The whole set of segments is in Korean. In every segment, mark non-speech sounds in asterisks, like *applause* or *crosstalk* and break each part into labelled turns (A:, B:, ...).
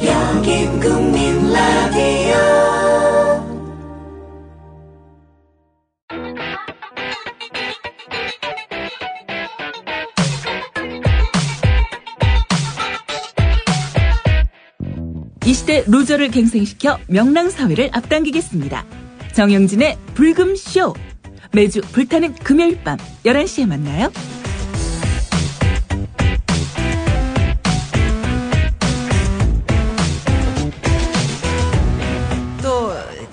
A: 국민 국민 라디오
B: 이 시대 로저를 갱생시켜 명랑사회를 앞당기겠습니다. 정영진의 불금쇼. 매주 불타는 금요일 밤 11시에 만나요.
C: 또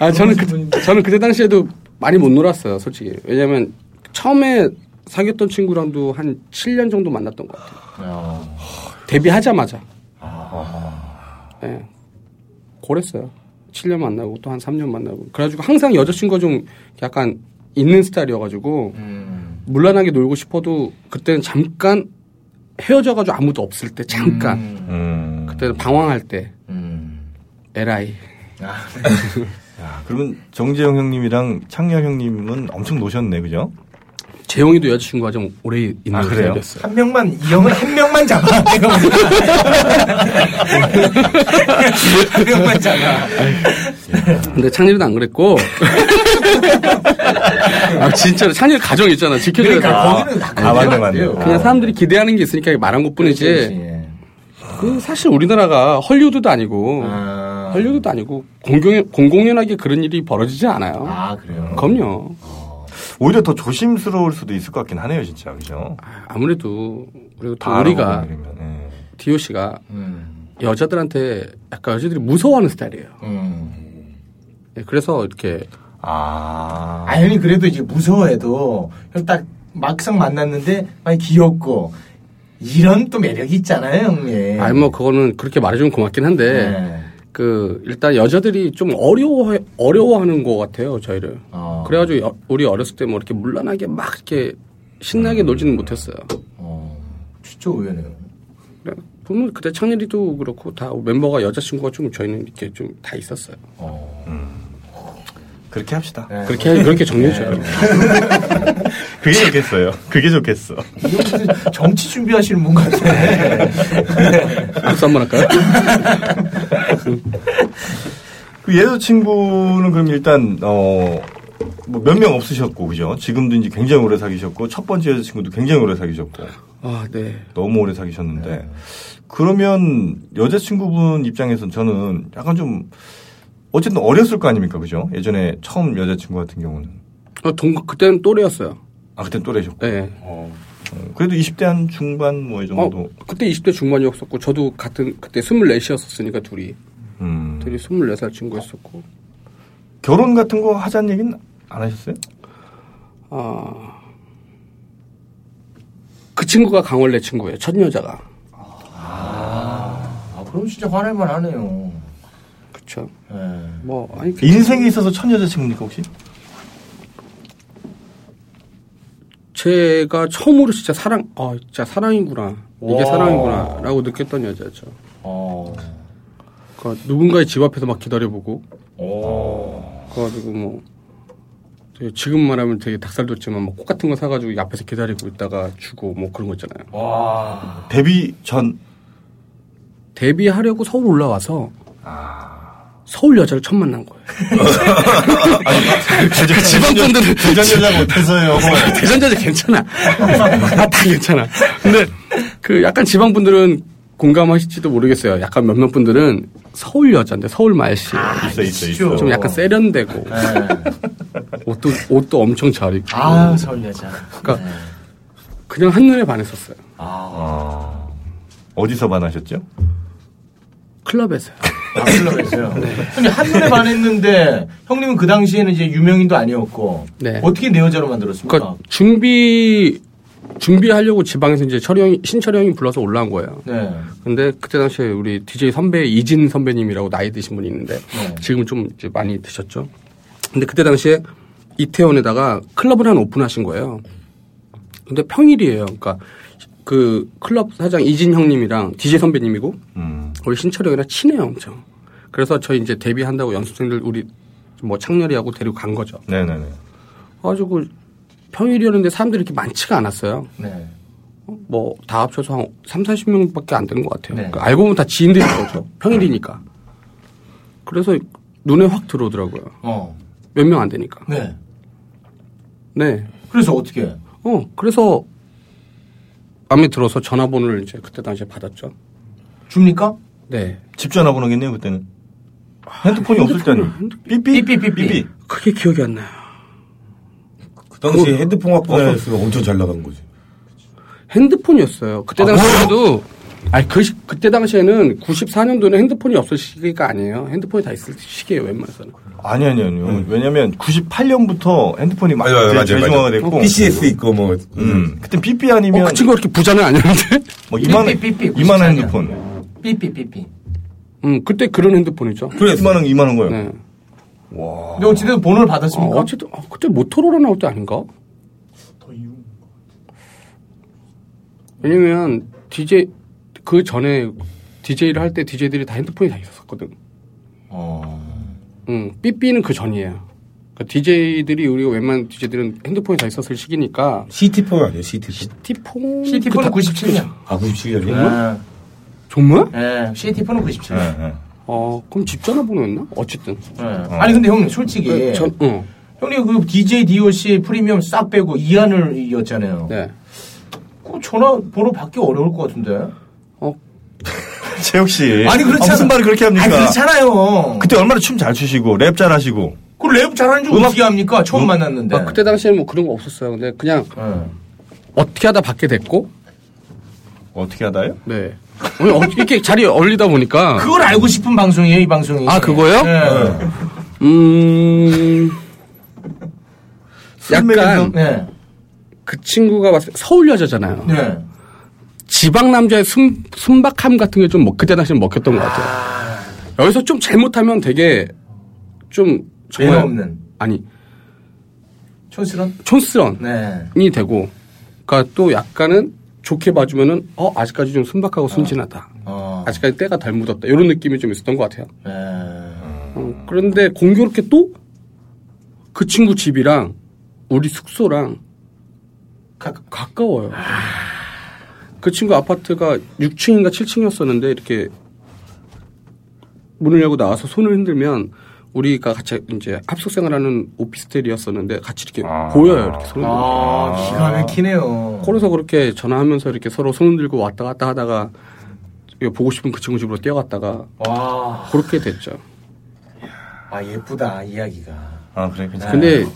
D: 아 저는 그, 저는 그때 당시에도 많이 못 놀았어요, 솔직히. 왜냐면 처음에 사귀었던 친구랑도 한 7년 정도 만났던 것 같아요. 데뷔하자마자.
E: 아.
D: 네. 고랬어요. 7년 만나고 또 한 3년 만나고. 그래가지고 항상 여자친구가 좀 약간 있는 스타일이어가지고
E: 음.
D: 물란하게 놀고 싶어도 그때는 잠깐 헤어져가지고 아무도 없을 때 잠깐
E: 음.
D: 그때는 방황할 때
E: 음.
D: 에라이
E: 야, 그러면 정재영 형님이랑 창렬 형님은 엄청 노셨네, 그죠?
D: 재용이도 여자친구가 좀 오래 있는
E: 아,
D: 스타일이었어요.
F: 한 명만 이 형은 한 명만 잡아. 내가 보기엔. 한 명만 잡아.
D: 근데 창렬이는 안 그랬고. *laughs* 아, 진짜로 창렬 가정 있잖아. 지켜줘야 돼.
F: 그러니까
E: 아,
F: 거기는 다
E: 아, 맞네, 맞네.
D: 그냥 사람들이 기대하는 게 있으니까 말한 것
F: 예.
D: 뿐이지. 그 사실 우리나라가 헐리우드도 아니고,
F: 아.
D: 헐리우드도 아니고, 공공연, 공공연하게 그런 일이 벌어지지 않아요.
F: 아, 그래요?
D: 그럼요.
E: 오히려 더 조심스러울 수도 있을 것 같긴 하네요, 진짜. 그죠?
D: 아, 아무래도, 그리고 또
E: 다
D: 우리가,
E: 알아보고 이러면, 예.
D: DOC가
F: 음.
D: 여자들한테 약간 여자들이 무서워하는 스타일이에요.
F: 음.
D: 네, 그래서 이렇게,
E: 아.
F: 아, 형이 그래도 이제 무서워해도 형 딱 막상 만났는데 많이 귀엽고 이런 또 매력이 있잖아요, 형님.
D: 아니 뭐 그거는 그렇게 말해주면 고맙긴 한데,
F: 네.
D: 그 일단 여자들이 좀 어려워 어려워하는 것 같아요 저희를.
F: 어.
D: 그래가지고 여- 우리 어렸을 때 뭐 이렇게 물란하게 막 이렇게 신나게 놀지는 못했어요.
F: 어, 진짜 의외네요.
D: 그래, 보면 그때 창렬이도 그렇고 다 멤버가 여자친구가 좀 저희는 이렇게 좀 다 있었어요.
F: 어.
E: 그렇게 합시다.
F: 네.
D: 그렇게 그렇게 정리해줘요.
E: 그게 좋겠어요. 그게 좋겠어.
F: 이 형 진짜 정치 준비하시는 분 같아.
D: 박수 한 번 할까요?
E: 그 여자친구는 그럼 일단 어, 뭐 어몇 명 없으셨고 그죠? 지금도 이제 굉장히 오래 사귀셨고 첫 번째 여자친구도 굉장히 오래 사귀셨고
D: 아 네.
E: 너무 오래 사귀셨는데 그러면 여자친구분 입장에선 저는 약간 좀 어쨌든 어렸을 거 아닙니까 그죠? 예전에 처음 여자친구 같은 경우는
D: 어, 동 그때는 또래였어요.
E: 아 그때 또래셨고
D: 네.
E: 어, 그래도 20대 한 중반 뭐 이
D: 어,
E: 정도
D: 그때 20대 중반이었었고 저도 같은 그때 24이었었으니까 둘이
E: 음.
D: 둘이 24살 친구였었고
E: 결혼 같은 거 하자는 얘기는 안 하셨어요?
D: 아. 그 친구가 강원래 친구예요. 첫 여자가.
F: 아, 그럼 진짜 화낼만 하네요.
D: 그쵸.
F: 예.
D: 뭐, 아니, 그
E: 인생에 있어서 첫 여자친구입니까 혹시?
D: 제가 처음으로 진짜 사랑, 아, 진짜 사랑이구나. 이게
F: 와.
D: 사랑이구나. 라고 느꼈던 여자죠.
F: 어.
D: 그러니까 누군가의 집 앞에서 막 기다려보고.
F: 어.
D: 그래가지고 뭐, 되게 지금 말하면 되게 닭살 돋지만 뭐꽃 같은 거 사가지고 옆에서 기다리고 있다가 주고 뭐 그런 거 있잖아요.
F: 와.
E: 데뷔 전
D: 데뷔하려고 서울 올라와서 서울 여자를 처음 만난 거예요. 지방 분들은-
E: 대전 여자 못해서요.
D: 그 대전 여자 괜찮아. 아, 다 괜찮아. 근데 그 약간 지방 분들은 공감하실지도 모르겠어요. 약간 몇몇 분들은 서울 여자인데 서울 말씨.
E: 있어 있어
F: 있죠.
E: 있어.
D: 좀 약간 세련되고
F: 예.
D: 옷도 옷도 엄청 잘 입고
F: 아, 서울 여자.
D: 그러니까-
F: 예.
D: 그냥 한눈에 반했었어요.
F: 아.
E: 아, 어디서 반하셨죠?
D: 클럽에서요.
F: 바꾸려고 했어요. 근데 한눈에 반했는데 형님은 그 당시에는 이제 유명인도 아니었고
D: 네.
F: 어떻게 내 여자로 만들었습니까?
D: 그러니까 준비 준비하려고 지방에서 이제 철이 형이 신철이 형이 불러서 올라온 거예요.
F: 네.
D: 근데 그때 당시에 우리 DJ 선배 이진 선배님이라고 나이 드신 분이 있는데
F: 네.
D: 지금은 좀 이제 많이 드셨죠. 근데 그때 당시에 이태원에다가 클럽을 하나 오픈하신 거예요. 근데 평일이에요. 그러니까 그 클럽 사장 이진 형님이랑 DJ 선배님이고
E: 음.
D: 우리 신철이 형이랑 친해요 엄청. 그래서 저희 이제 데뷔한다고 연습생들 우리 뭐 창렬이하고 데리고 간 거죠.
E: 네네네.
D: 가지고 평일이었는데 사람들이 이렇게 많지가 않았어요.
F: 네.
D: 뭐 다 합쳐서 한 3, 40명밖에 안 되는 것 같아요.
F: 네.
D: 그러니까 알고 보면 다 지인들인 거죠. 평일이니까. 그래서 눈에 확 들어오더라고요.
F: 어.
D: 몇 명 안 되니까.
F: 네.
D: 네.
F: 그래서 어떻게? 해?
D: 어, 그래서 마음에 들어서 전화번호를 이제 그때 당시에 받았죠.
F: 줍니까?
D: 네.
E: 집 전화번호겠네요 그때는. 핸드폰이 없을 때는 삐삐
F: 삐삐, 삐삐.
D: 그게 기억이 안 나요.
G: 그 당시
D: 그거-
G: 핸드폰 갖고 왔으면 엄청 잘 나간 거지.
D: 핸드폰이었어요. 아, 그때 당시에도 아니 그 시- 그때 당시에는 94년도는 핸드폰이 없을 시기가 아니에요. 핸드폰이 다 있을 시기예요. 웬만해서는. 어,
E: 아니 아니 아니요. 왜냐면 98년부터 핸드폰이 막
G: 맞아요, 네, 맞아요, 맞아요.
E: 대중화가 됐고
G: PCS 있고 뭐.
E: 음. 그때 삐삐 아니면
D: 어, 그 친구가 그렇게 부자는 아니었는데. *laughs*
E: 뭐 이만
F: 삐삐, 삐삐,
E: 이만한
F: 94년.
E: 핸드폰.
F: 삐삐 삐삐.
D: 음, 그때 그런 핸드폰이죠.
G: 그래,
E: 이만한 이만한 거예요.
D: 네.
F: 근데 어찌됐든 번호를
D: 어,
F: 받았습니까?
D: 어쨌든 어, 그때 모토로라 나올 때 아닌가? 왜냐면 DJ 그 전에 DJ를 할 때 DJ들이 다 핸드폰이 다 있었거든.
F: 어.
D: 음, 삐삐는 그 전이에요. 그러니까 DJ들이 우리가 웬만한 DJ들은 핸드폰이 다 있었을 시기니까
G: CT4 아니에요, CT4.
D: 티폰
F: CT4는 97년.
G: 아, 97년이요?
F: 아,
D: 정말?
F: 예, CT4는 97년.
E: 네,
G: *laughs*
E: 네.
D: 어, 그럼 집 전화번호였나? 어쨌든.
F: 예. 아니 근데 형님 솔직히
D: 네, 전, 어,
F: 형님 그 DJ DOC 프리미엄 싹 빼고 이안을 이겼잖아요.
D: 네.
F: 그 전화 번호 받기 어려울 것 같은데.
D: 어,
E: 재혁 씨.
F: 아니 그렇잖아.
E: 예. 무슨 말을 그렇게 합니까?
F: 아니 그렇잖아요.
E: 그때 얼마나 춤 잘 추시고 랩 잘하시고.
F: 그랩 잘하는 줄
E: 음악-
F: 어떻게 합니까? 처음 만났는데.
D: 아, 그때 당시에는 뭐 그런 거 없었어요. 근데 그냥
F: 예.
D: 어떻게 하다 받게 됐고,
E: 어떻게 하다요?
D: 네. 오늘 어- 이렇게 자리에 얼리다 보니까.
F: 그걸 알고 싶은 방송이에요, 이 방송이.
D: 아, 그거요?
F: 예.
D: 음.
E: 술 먹여서?
D: 약간
F: 네.
D: 그 친구가 봤을 때 서울 여자잖아요.
F: 네.
D: 지방 남자의 순, 순박함 같은 게 좀 그때 당시는 먹혔던 것 같아요. 여기서 좀 잘못하면 되게 좀 정말
F: 매너 없는.
D: 아니
F: 촌스런?
D: 촌스런
F: 네.
D: 이 되고 그러니까 또 약간은 좋게 봐주면은 어 아직까지 좀 순박하고 순진하다.
F: 어.
D: 아직까지 때가 덜 묻었다. 이런 느낌이 좀 있었던 것 같아요.
F: 예.
D: 어, 그런데 공교롭게 또 그 친구 집이랑 우리 숙소랑
F: 가-
D: 가까워요. 그 친구 아파트가 6층인가 7층이었었는데 이렇게 문을 열고 나와서 손을 흔들면 우리가 같이 이제 합숙 생활하는 오피스텔이었었는데 같이 이렇게
E: 아.
D: 보여요. 이렇게 손을 흔들면.
F: 아, 기가 막히네요.
D: 콜에서 그렇게 전화하면서 이렇게 서로 손을 들고 왔다 갔다 하다가 보고 싶은 그 친구 집으로 뛰어갔다가
F: 와.
D: 그렇게 됐죠.
F: 아, 예쁘다, 이야기가.
E: 아 그래 괜찮아.
D: 네. 근데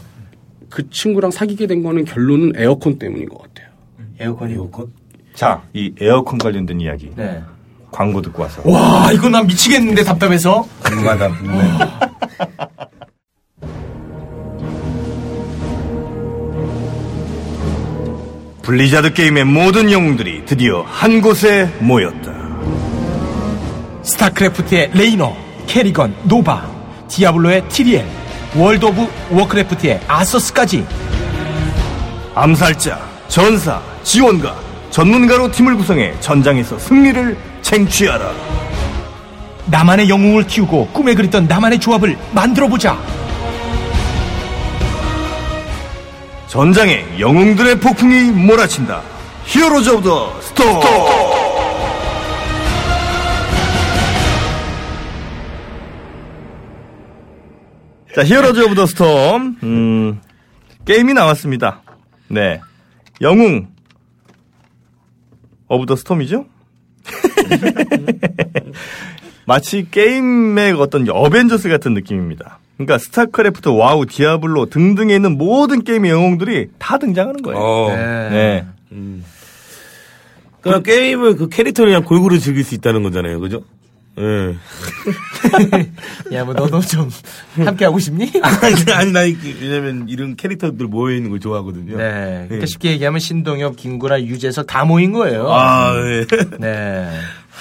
D: 그 친구랑 사귀게 된 거는 결론은 에어컨 때문인 것 같아요.
F: 에어컨이.
G: 이거
E: 자이 에어컨 관련된 이야기
F: 네.
E: 광고 듣고 와서.
F: 와, 이거 난 미치겠는데, 답답해서.
G: 궁금하다.
E: 네.
G: 궁금해.
E: 블리자드 게임의 모든 영웅들이 드디어 한 곳에 모였다.
F: 스타크래프트의 레이너, 캐리건, 노바, 디아블로의 티리엘, 월드 오브 워크래프트의 아서스까지
E: 암살자, 전사, 지원가, 전문가로 팀을 구성해 전장에서 승리를 쟁취하라.
F: 나만의 영웅을 키우고 꿈에 그렸던 나만의 조합을 만들어보자.
E: 전장에 영웅들의 폭풍이 몰아친다. 히어로즈 오브 더 스톰. 자, 히어로즈 오브 더 스톰. 음, 게임이 나왔습니다. 네. 영웅 오브 더 스톰이죠? *laughs* 마치 게임의 어떤 어벤져스 같은 느낌입니다. 그러니까 스타크래프트, 와우, 디아블로 등등에 있는 모든 게임의 영웅들이 다 등장하는 거예요.
G: 어.
E: 네.
G: 그러니까 게임을 그 캐릭터를 그냥 골고루 즐길 수 있다는 거잖아요. 그죠? 예.
F: 야, 뭐 너도 좀 함께 하고 싶니?
G: *laughs*
F: *laughs*
G: 아니, 아니, 나, 이게 왜냐면 이런 캐릭터들 모여있는 걸 좋아하거든요.
F: 네. 그러니까
G: 예.
F: 쉽게 얘기하면 신동엽, 김구라, 유재석 다 모인 거예요.
G: 아,
F: *laughs*
G: 예.
F: 네.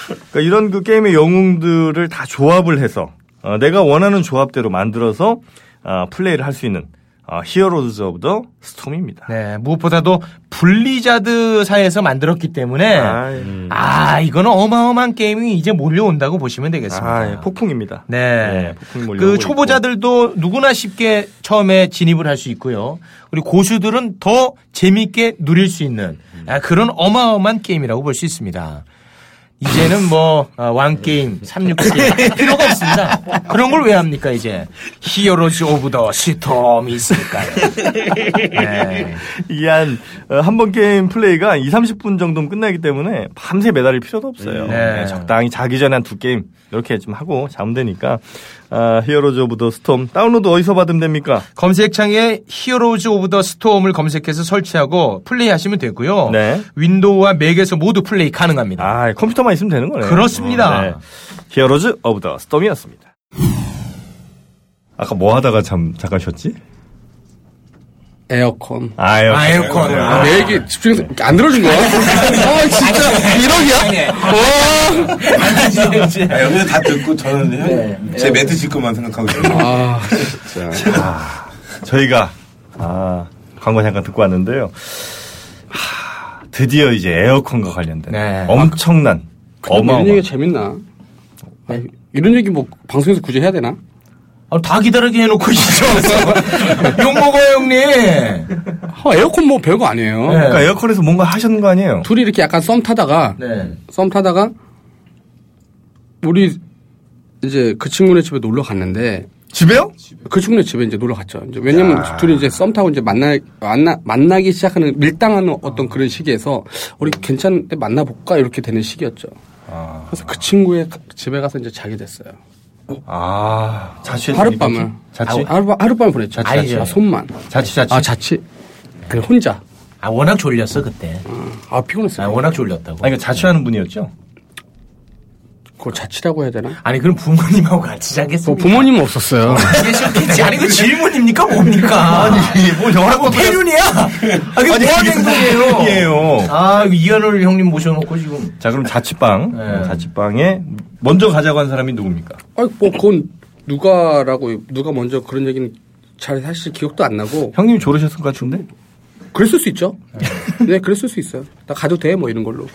E: 그러니까 이런 그 게임의 영웅들을 다 조합을 해서 어, 내가 원하는 조합대로 만들어서 어, 플레이를 할 수 있는 어, 히어로즈 오브 더 스톰입니다.
F: 네. 무엇보다도 블리자드사에서 만들었기 때문에
E: 아,
F: 아,
E: 예.
F: 이거는 어마어마한 게임이 이제 몰려온다고 보시면 되겠습니다.
E: 아, 예, 폭풍입니다.
F: 네.
E: 예, 폭풍이 몰려오고
F: 그 초보자들도 누구나 쉽게 처음에 진입을 할 수 있고요. 그리고 고수들은 더 재밌게 누릴 수 있는
E: 음.
F: 아, 그런 어마어마한 게임이라고 볼 수 있습니다. 이제는 뭐 아, 왕게임,
E: *laughs*
F: 367 필요가 없습니다. 그런 걸 왜 합니까 이제? 히어로즈 오브 더
E: *laughs*
F: 시톰이 있으니까요. 네.
E: 있고. 이게 한, 어, 한번 게임 플레이가 2, 30분 정도면 끝나기 때문에 밤새 매달릴 필요도 없어요.
F: 네.
E: 예, 적당히 자기 전에 한 두 게임 이렇게 좀 하고 자면 되니까 아, 히어로즈 오브 더 스톰 다운로드 어디서 받으면 됩니까?
F: 검색창에 히어로즈 오브 더 스톰을 검색해서 설치하고 플레이하시면 되고요.
E: 네.
F: 윈도우와 맥에서 모두 플레이 가능합니다.
E: 아, 컴퓨터만 있으면 되는 거네요.
F: 그렇습니다.
E: 네. 히어로즈 오브 더 스톰이었습니다. 아까 뭐 하다가 잠 잠깐 쉬었지?
D: 에어컨.
E: 아, 에어컨.
F: 아, 에어컨.
D: 아, 내 얘기 집중해서 안 들어준 *laughs* 거야? 아, 진짜.
F: 네.
D: 1억이야? 와.
G: 아, 여기는 다 듣고 저는
F: 네.
G: 제 멘트 질 것만 생각하고 있어요.
D: 아, 진짜.
E: 저희가 아, 광고 잠깐 듣고 왔는데요. 하, 드디어 이제 에어컨과 관련된
F: 네.
E: 엄청난
D: 아, 이런
E: 어마어마.
D: 얘기가 재밌나? 아, 이런 얘기 뭐 방송에서 굳이 해야 되나?
F: 아, 다 기다리게 해놓고 있죠. *laughs* 욕먹어요, 형님.
D: 아, 에어컨 뭐 별거 아니에요.
F: 네.
E: 그러니까 에어컨에서 뭔가 하셨는 거 아니에요?
D: 둘이 이렇게 약간 썸 타다가
F: 네.
D: 썸 타다가 우리 이제 그 친구네 집에 놀러 갔는데
E: 집에요?
D: 그 친구네 집에 이제 놀러 갔죠. 이제 왜냐면 둘이 이제 썸 타고 이제 만나 만나 만나기 시작하는 밀당하는 어떤 그런 시기에서 우리 괜찮은데 만나 볼까 이렇게 되는 시기였죠. 그래서 그 친구의 가- 집에 가서 이제 자게 됐어요.
E: 아, 자취했어요.
D: 하룻밤을
E: 자취.
D: 아, 하룻밤 하룻밤을 보냈죠.
F: 자취, 자취.
D: 아, 손만.
F: 자취, 자취.
D: 아 자취. 아니 혼자.
F: 아, 워낙 졸렸어, 그때.
D: 아 피곤했어요.
F: 아, 워낙 졸렸다고.
E: 아니, 그
D: *laughs*
E: 자취하는 분이었죠?
D: 그거 자취라고 해야 되나?
F: 아니, 그럼 부모님하고 같이
D: 뭐
F: 자겠습니까?
D: 부모님은 없었어요.
F: 계셨겠지. 아니, 그 질문입니까? 뭡니까? 아니,
E: 뭐 영화라고
F: 폐륜이야? 아, 이게 뭐하는 행동이에요?
E: 아니에요.
F: 아, 이거 이현을 형님 모셔놓고 지금.
E: 자, 그럼 자취방.
F: 네.
E: 자취방에 먼저 가자고 한 사람이 누굽니까?
D: 아니 뭐 그건 누가라고 누가 먼저 그런 얘기는 잘 사실 기억도 안 나고
E: 형님이 졸으셨을 것 같은데?
D: 그랬을 수 있죠. 네, 그랬을 수 있어요. 나 가도 돼? 뭐 이런 걸로.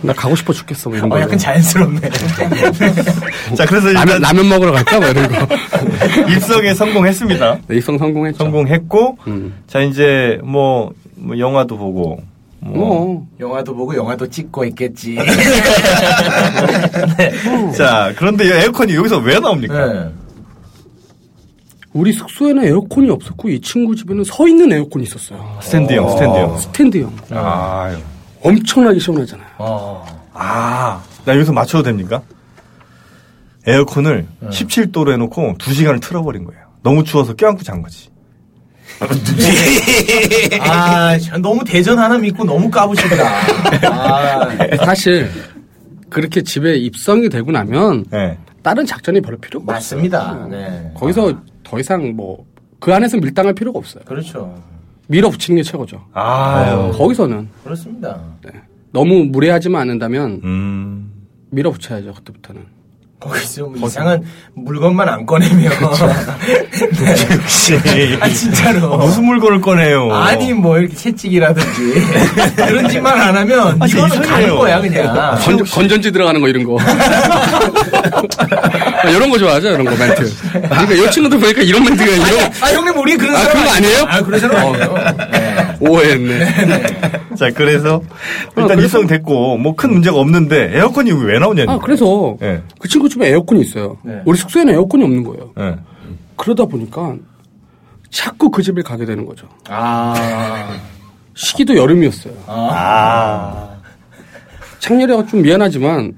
D: 나 가고 싶어 죽겠어. 뭐 이런
F: 어,
D: 걸로.
F: 약간 자연스럽네.
E: 자, 그래서
D: 뭐, 라면,
E: 일단
D: 라면 먹으러 갈까? 뭐 이런
F: *laughs*
D: 거.
E: *laughs* 입성에 성공했습니다.
D: 네, 입성 성공했죠.
E: 성공했고,
D: 음.
E: 자, 이제 뭐, 뭐 영화도 보고, 뭐.
F: 어.
D: 뭐,
F: 영화도 보고 영화도 찍고 *laughs* 있겠지.
E: 자, 그런데 이 에어컨이 여기서 왜 나옵니까?
F: 네.
D: 우리 숙소에는 에어컨이 없었고 이 친구 집에는 서 있는 에어컨이 있었어요.
E: 스탠드형, 스탠드형.
D: 스탠드형.
F: 네.
E: 아,
D: 엄청나게 시원하잖아요.
F: 어.
E: 아, 나 여기서 맞춰도 됩니까? 에어컨을
F: 네.
E: 17도로 해놓고 2시간을 틀어버린 거예요. 너무 추워서 껴안고 잔 거지.
F: 아, 참, 너무 대전 하나 믿고 너무 까부시더라. 아,
D: 사실 그렇게 집에 입성이 되고 나면
E: 예.
D: 다른 작전이 별로 필요가 없어요.
F: 맞습니다. 네.
D: 거기서 더 이상 뭐 그 안에서 밀당할 필요가 없어요.
F: 그렇죠.
D: 밀어붙이는 게 최고죠.
F: 어.
E: 아유.
D: 거기서는 네.
F: 그렇습니다.
D: 너무 무례하지만 않는다면
E: 음.
D: 밀어붙여야죠. 그때부터는.
F: 거기서 뭐 이상한 물건만 안 꺼내면. 네.
E: 역시.
F: *laughs* *laughs* 아, 진짜로.
E: 무슨 물건을 꺼내요?
F: 아니, 뭐, 이렇게 채찍이라든지. 그런 짓만 안 하면,
E: 아, 진짜
F: 이거는 가는
E: 이상해요.
F: 거야, 그냥.
D: 건전, 건전지 들어가는 거 이런 거. 아, 이런 거 좋아하죠 이런 거 멘트. 그러니까 이 친구도 보니까 이런 멘트가 이런
F: 아, 형님, 우리 그런
D: 아,
F: 사람.
D: 그런 거 아니에요? 어.
F: 아, 그런 사람 아니에요. 네.
D: 오해했네.
E: 자, 그래서
F: 아,
E: 일단
D: 그래서-
E: 입성됐고 뭐 큰 문제가 없는데 에어컨이 여기 왜 나오냐니까.
D: 아 그래서
E: 예.
D: 그 친구 집에 에어컨이 있어요.
F: 네.
D: 우리 숙소에는 에어컨이 없는 거예요.
E: 예.
D: 그러다 보니까 자꾸 그 집을 가게 되는 거죠.
F: 아.
D: 시기도 여름이었어요.
E: 아.
D: 창렬이가 좀 미안하지만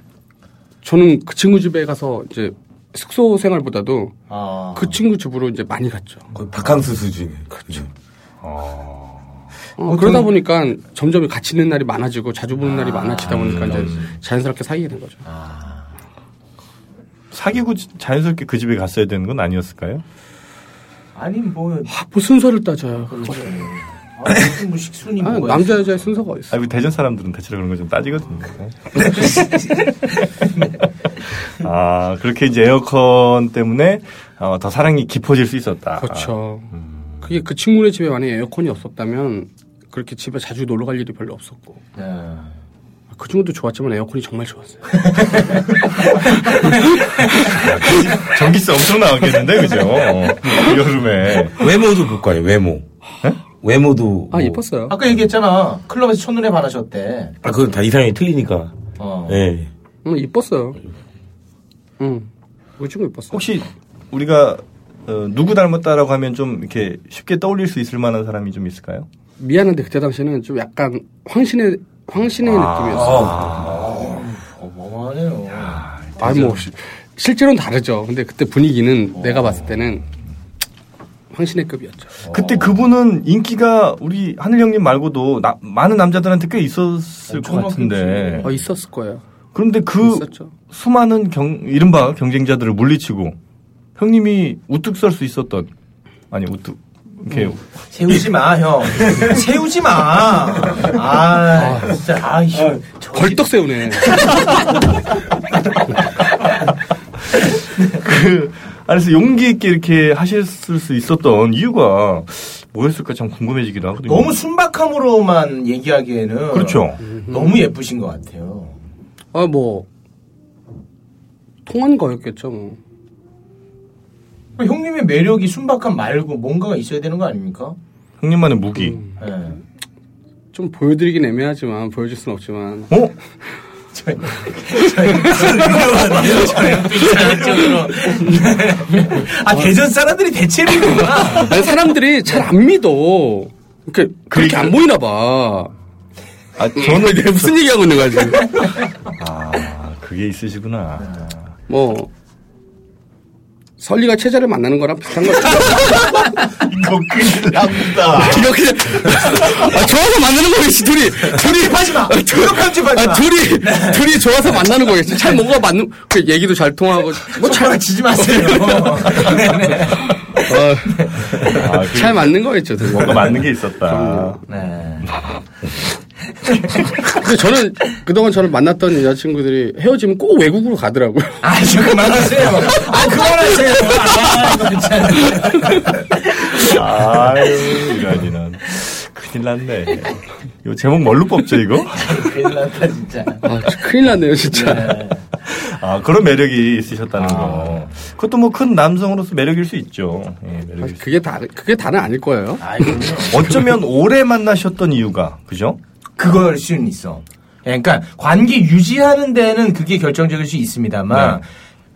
D: 저는 그 친구 집에 가서 이제 숙소 생활보다도
F: 아.
D: 그 친구 집으로 이제 많이 갔죠.
G: 거의 바캉스 수준이에요. 그렇죠.
D: 어, 그러다 보니까 점점
F: 아. 음.
D: 같이 있는 날이 많아지고 자주 보는 날이 많아지다 보니까 이제 자연스럽게 사귀게 된 거죠.
E: 사귀고 지- 자연스럽게 그 집에 갔어야 되는 건 아니었을까요?
F: 아니 뭐
D: 아, 뭐 순서를 따져요. 그걸.
F: 무슨 뭐 식순이
D: 아,
F: 아, 뭐가
D: 남자 여자의 순서가 어딨어?
E: 아, 이 대전 사람들은 대체로 그런 거 좀 따지거든요.
D: 네.
E: 아, 그렇게 이제 에어컨 때문에 어, 더 사랑이 깊어질 수 있었다.
D: 그렇죠. 그게 그 친구네 집에 만약 에어컨이 없었다면 그렇게 집에 자주 놀러 갈 일이 별로 없었고
F: 있- 아.
D: 그 친구도 좋았지만 에어컨이 정말 좋았어요.
E: 아, 전기세 엄청 나왔겠는데, 그죠? 어, 여름에.
G: 외모도 볼거 아니에요, 외모. 외모도.
D: 아
G: 뭐-
D: 예뻤어요.
F: 네? 아까 얘기했잖아 클럽에서 첫눈에 반하셨대
G: 아, 그건 다 이상이 틀리니까.
F: 어.
G: 예.
D: 응 예뻤어요. 응. 음, 그 친구 예뻤어요.
E: 혹시 우리가 어, 누구 닮았다라고 하면 좀 이렇게 쉽게 떠올릴 수 있을 만한 사람이 좀 있을까요?
D: 미안한데 그때 당시에는 좀 약간 황신의 황신의 느낌이었어요.
F: 어마어마하네요
D: 아, 뭐 시- 실제로는 다르죠. 근데 그때 분위기는 내가 봤을 때는 황신의 급이었죠.
E: 그때 그분은 인기가 우리 하늘 형님 말고도 나- 많은 남자들한테 꽤 있었을 것
F: 엄청
E: 같은데.
D: 어, 있었을 거예요.
E: 그런데 그
D: 있었죠.
E: 수많은 경, 이른바 경쟁자들을 물리치고 형님이 우뚝 설 수 있었던 아니 우뚝 이렇게
D: 네.
F: 세우지 마, 형. 세우지 마. 아, 진짜. 아, 이
D: 벌떡 세우네.
E: *laughs*
D: *laughs*
E: 그 안에서 용기 있게 이렇게 하셨을 수 있었던 이유가 뭐였을까 참 궁금해지기도 하거든요. 네.
F: 너무 네. 순박함으로만 얘기하기에는.
E: 그렇죠.
F: 너무 예쁘신 것 같아요.
D: 아, 뭐 통한 거였겠죠. 뭐.
F: 형님의 매력이 순박함 말고 뭔가가 있어야 되는 거 아닙니까?
E: 형님만의 무기.
F: *laughs* 예.
D: 좀 보여드리긴 애매하지만 보여줄 순 없지만
E: 어?
F: 저희, 저희, 저희, 아, 대전 사람들이 대체비구나.
D: 아니, 사람들이 잘 안 믿어. 그러니까 그렇게
E: 그러니까.
D: 안 보이나 봐.
E: 아 저는
D: 내가 *laughs* 무슨 얘기하고 있는 거야 지금?
E: 아 그게 있으시구나.
F: 네.
D: 뭐 설리가 체자를 만나는 거랑 비슷한 거죠.
E: 이거 큰일 납니다.
D: 이렇게 아, 좋아서 만나는 거겠지 둘이 둘이
F: 하지 마.
D: 둘-
F: 그거 편집하지 마. 네.
D: 아, 둘이 둘이 좋아서 만나는 거겠지. 잘 뭔가 맞는 그 얘기도 잘 어, 통하고
F: 손가락 지지 마세요. 네,
E: 아, 그게
D: 어, 뭐잘 맞는 거겠죠. 둘이.
E: 뭔가 맞는 게 있었다.
F: 네.
D: 근데 저는 그동안 저를 만났던 여자친구들이 헤어지면 꼭 외국으로 가더라고요.
F: 아, 저 그만하세요. 아, 그만하세요. 아, 이거 진짜.
E: 아유 이란이란 큰일 났네. 이거 제목 뭘로 뽑죠 이거?
F: 큰일 났다, 진짜. 예.
D: 아, 큰일 났네요 진짜.
E: 아 그런 매력이 있으셨다는 거. 그것도 뭐 큰 남성으로서 매력일 수 있죠. 예, 매력일 수
D: 그게 다 그게 다는 아닐 거예요.
F: 아, 이거
E: 있죠. 어쩌면 오래 만나셨던 이유가 그죠?
F: 그걸 수는 있어. 예, 그러니까 관계 유지하는 데는 그게 결정적일 수 있습니다만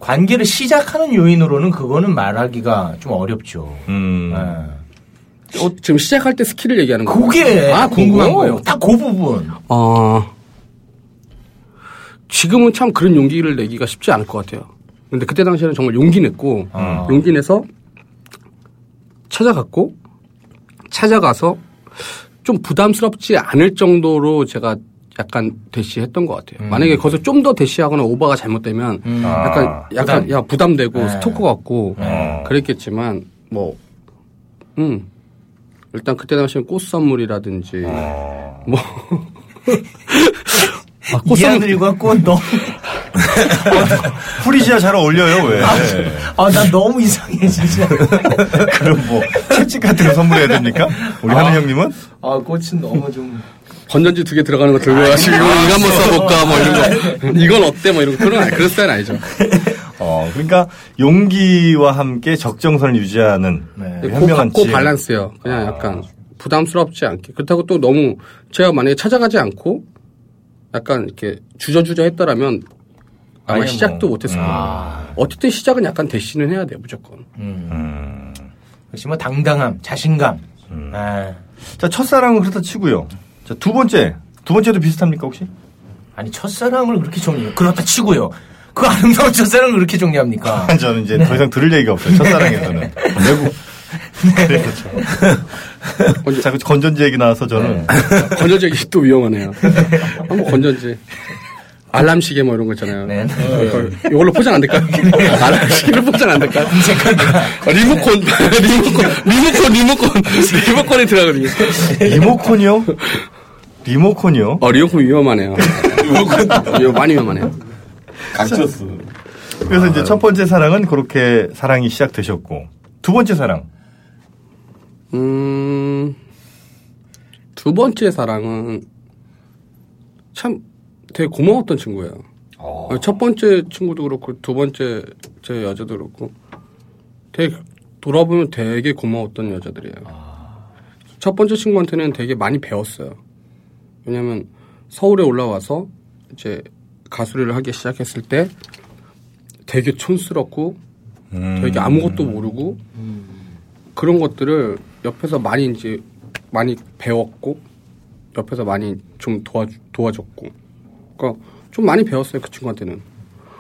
F: 관계를 시작하는 요인으로는 그거는 말하기가 좀 어렵죠.
E: 음.
F: 예.
D: 어, 지금 시작할 때 스킬을 얘기하는 거예요.
F: 그게
D: 아,
F: 궁금한
D: 그거?
F: 거예요. 딱 그 부분.
D: 어, 지금은 참 그런 용기를 내기가 쉽지 않을 것 같아요. 근데 그때 당시에는 정말 용기 냈고,
F: 아.
D: 용기 내서 찾아갔고, 찾아가서 좀 부담스럽지 않을 정도로 제가 약간 대시했던 것 같아요.
F: 음.
D: 만약에 거기서 좀 더 대시하거나 오버가 잘못되면 약간,
E: 아,
D: 약간,
F: 부담.
D: 야, 부담되고
F: 네. 어.
D: 스토커 같고
E: 네.
D: 그랬겠지만, 뭐, 음. 일단 그때 당시에는 꽃 선물이라든지,
E: *laughs*
D: 뭐. 아, 꽃 선물.
F: 이하들과 꽃 너무
E: 프리지아 네. 잘 어울려요 왜?
F: 아, 나 너무 이상해 진짜.
E: 그럼 뭐 채찍 같은 거 선물해야 됩니까? 우리 하는 형님은?
F: *laughs* 아, 꽃은 너무 좀
D: 건전지 두 개 들어가는 거 들고 가시고, 이거 한번 써볼까, 뭐 이런 거. 이건 어때, 뭐 이런 거. 그런, 그럴 스타일 아니죠.
E: 어 그러니까 용기와 함께 적정선을 유지하는
F: 네.
E: 그
D: 고,
E: 현명한 아.
D: 고
E: 지혜.
D: 밸런스요. 그냥 약간 부담스럽지 않게. 그렇다고 또 너무 제가 만약에 찾아가지 않고 약간 이렇게 주저주저 했더라면 아마
E: 아예
D: 시작도
E: 뭐.
D: 못했을 거예요. 어쨌든 시작은 약간 대시는 해야 돼요, 무조건.
E: 음.
F: 역시 뭐 당당함, 자신감. 아,
E: 자 첫사랑은 그렇다 치고요. 자 두 번째 두 번째도 비슷합니까 혹시?
F: 아니 첫사랑을 그렇게 정리해. 그렇다 치고요. 그 아름다운 첫사랑을 그렇게 정리합니까?
E: 저는 이제 더 이상 들을 얘기가 없어요. 첫사랑에서는. 외국. 네. 그래서 자꾸
D: *laughs*
E: 건전지 얘기 나와서 저는
D: 건전지 또 위험하네요. 한번 건전지. 알람 시계 뭐 이런 거 있잖아요.
H: 네.
D: 그걸 이걸로 포장 안 될까요? 알람 시계로 포장 안 될까요? 아, 리모컨, 리모컨, 리모컨, 리모컨, 리모컨이 들어가거든요.
E: 네. 리모컨이요? 리모컨이요?
D: 어, 리모컨 위험하네요. 이거 많이 위험하네요.
G: 각졌어.
E: 그래서 이제 첫 번째 사랑은 그렇게 사랑이 시작되셨고 두 번째 사랑
D: 음, 두 번째 사랑은 참 되게 고마웠던 친구예요. 첫 번째 친구도 그렇고 두 번째 제 여자도 그렇고 되게 돌아보면 되게 고마웠던 여자들이에요. 첫 번째 친구한테는 되게 많이 배웠어요. 왜냐면 서울에 올라와서 이제 가수를 하기 시작했을 때 되게 촌스럽고 되게 아무것도 모르고 그런 것들을 옆에서 많이 이제 많이 배웠고 옆에서 많이 좀 도와주, 도와줬고 그러니까 좀 많이 배웠어요 그 친구한테는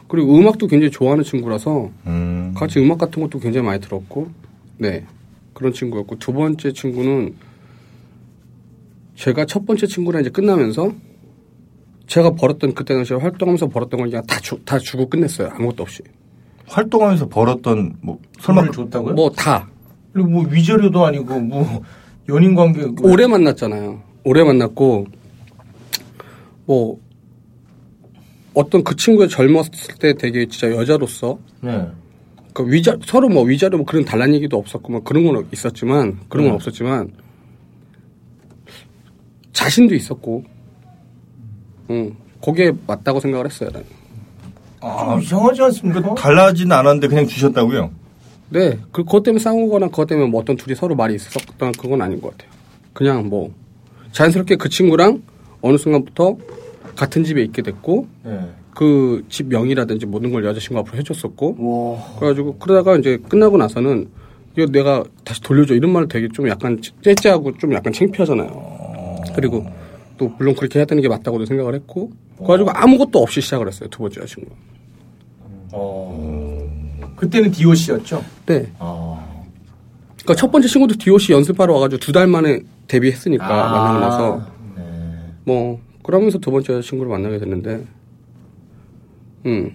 D: 그리고 음악도 굉장히 좋아하는 친구라서
E: 음,
D: 같이 음악 같은 것도 굉장히 많이 들었고 네 그런 친구였고 두 번째 친구는 제가 첫 번째 친구랑 이제 끝나면서 제가 벌었던 그때 당시에 활동하면서 벌었던 걸 그냥 다, 주, 다 주고 끝냈어요 아무것도 없이
E: 활동하면서 벌었던 뭐 설마
F: 설마 줬다고요? 뭐,
D: 뭐 다
F: 그리고 뭐 위자료도 아니고 뭐 연인 관계 뭐
D: 오래 만났잖아요. 오래 만났고 뭐 어떤 그 친구가 젊었을 때 되게 진짜 여자로서
F: 네.
D: 그 위자 서로 뭐 위자료 뭐 그런 달란 얘기도 없었고 막 그런 건 있었지만 그런 건
F: 음.
D: 없었지만 자신도 있었고 응 거기에 맞다고 생각을 했어요. 나는.
F: 좀 이상하지 않습니까?
E: 달라진 않았는데 그냥 주셨다고요?
D: 네, 그, 그것 때문에 싸우거나 그것 때문에 뭐 어떤 둘이 서로 말이 있었던 그건 아닌 것 같아요. 그냥 뭐, 자연스럽게 그 친구랑 어느 순간부터 같은 집에 있게 됐고,
F: 네.
D: 그 집 명의라든지 모든 걸 여자친구 앞으로 해줬었고,
F: 와.
D: 그래가지고 그러다가 이제 끝나고 나서는, 이거 내가 다시 돌려줘. 이런 말을 되게 좀 약간 째째하고 좀 약간 창피하잖아요. 그리고 또 물론 그렇게 해야 되는 게 맞다고도 생각을 했고, 그래가지고 아무것도 없이 시작을 했어요. 두 번째 여자친구.
F: 어. 그때는 DOC였죠?
D: 네.
F: 아.
D: 그러니까 첫 번째 친구도 DOC 연습하러 와가지고 두 달 만에
F: 아,
D: 데뷔했으니까 만나고 나서
F: 네.
D: 뭐 그러면서 두 번째 친구를 만나게 됐는데 음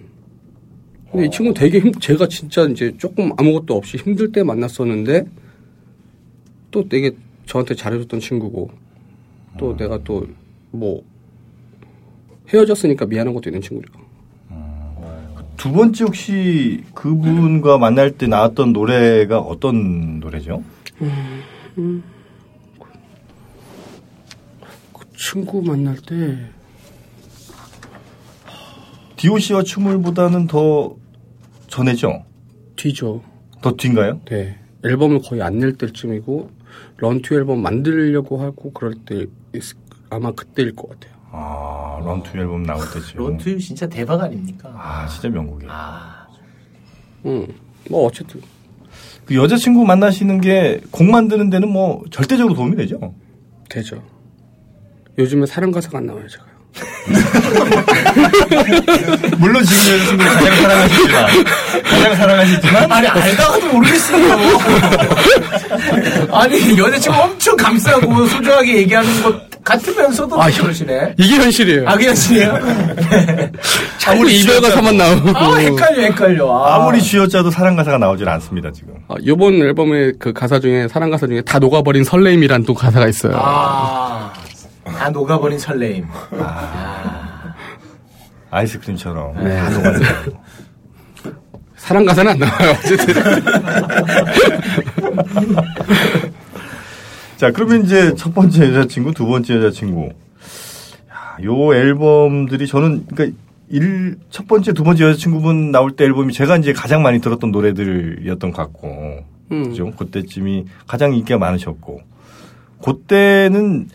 D: 근데 이 친구 되게 힘, 제가 진짜 이제 조금 아무것도 없이 힘들 때 만났었는데 또 되게 저한테 잘해줬던 친구고 또 내가 또 뭐 헤어졌으니까 미안한 것도 있는 친구죠
E: 두 번째 혹시 그분과 만날 때 나왔던 노래가 어떤 노래죠?
D: 그 친구 만날 때
E: D.O.C.와 춤을보다는 더 전에죠?
D: 뒤죠
E: 더 뒤인가요?
D: 네. 앨범을 거의 안 낼 때쯤이고 런투 앨범 만들려고 하고 그럴 때 있- 아마 그때일 것 같아요.
E: 아, 런투 앨범 나올 때죠.
F: 런투유 진짜 대박 아닙니까?
E: 아, 진짜 명곡이에요.
F: 아.
D: 음. 뭐 어쨌든
E: 그 여자친구 만나시는 게 곡 만드는 데는 뭐 절대적으로 도움이 되죠?
D: 되죠. 요즘에 사랑 가사가 안 나와요, 제가.
E: 물론 지금 여자친구를 가장 사랑하시지만 가장 사랑하시지만
F: 아니 알다가도 모르겠어요. *laughs* 아니 여자친구 엄청 감싸고 소중하게 얘기하는 것 같으면서도
D: 아,
F: 그러시네.
D: 이게 현실이에요.
F: 아그현실이에요 예. 네.
D: 아무리 이별 가사만 나오고.
F: 아 헷갈려 헷갈려. 아.
E: 아무리 쥐어짜도 사랑 가사가 나오질 않습니다 지금.
D: 아, 요번 앨범의 그 가사 중에 사랑 가사 중에 다 녹아버린 설레임이란 또 가사가 있어요.
F: 아. 다 녹아버린 설레임.
E: 아이스크림처럼.
D: 사랑 가사는 안 나와요. 어쨌든 *laughs*
E: 자 그러면 이제 첫 번째 여자친구, 두 번째 여자친구. 야, 요 앨범들이 저는 그러니까 일, 첫 번째, 두 번째 여자친구분 나올 때 앨범이 제가 이제 가장 많이 들었던 노래들이었던 것 같고,
D: 음.
E: 그죠? 그때쯤이 가장 인기가 많으셨고, 그때는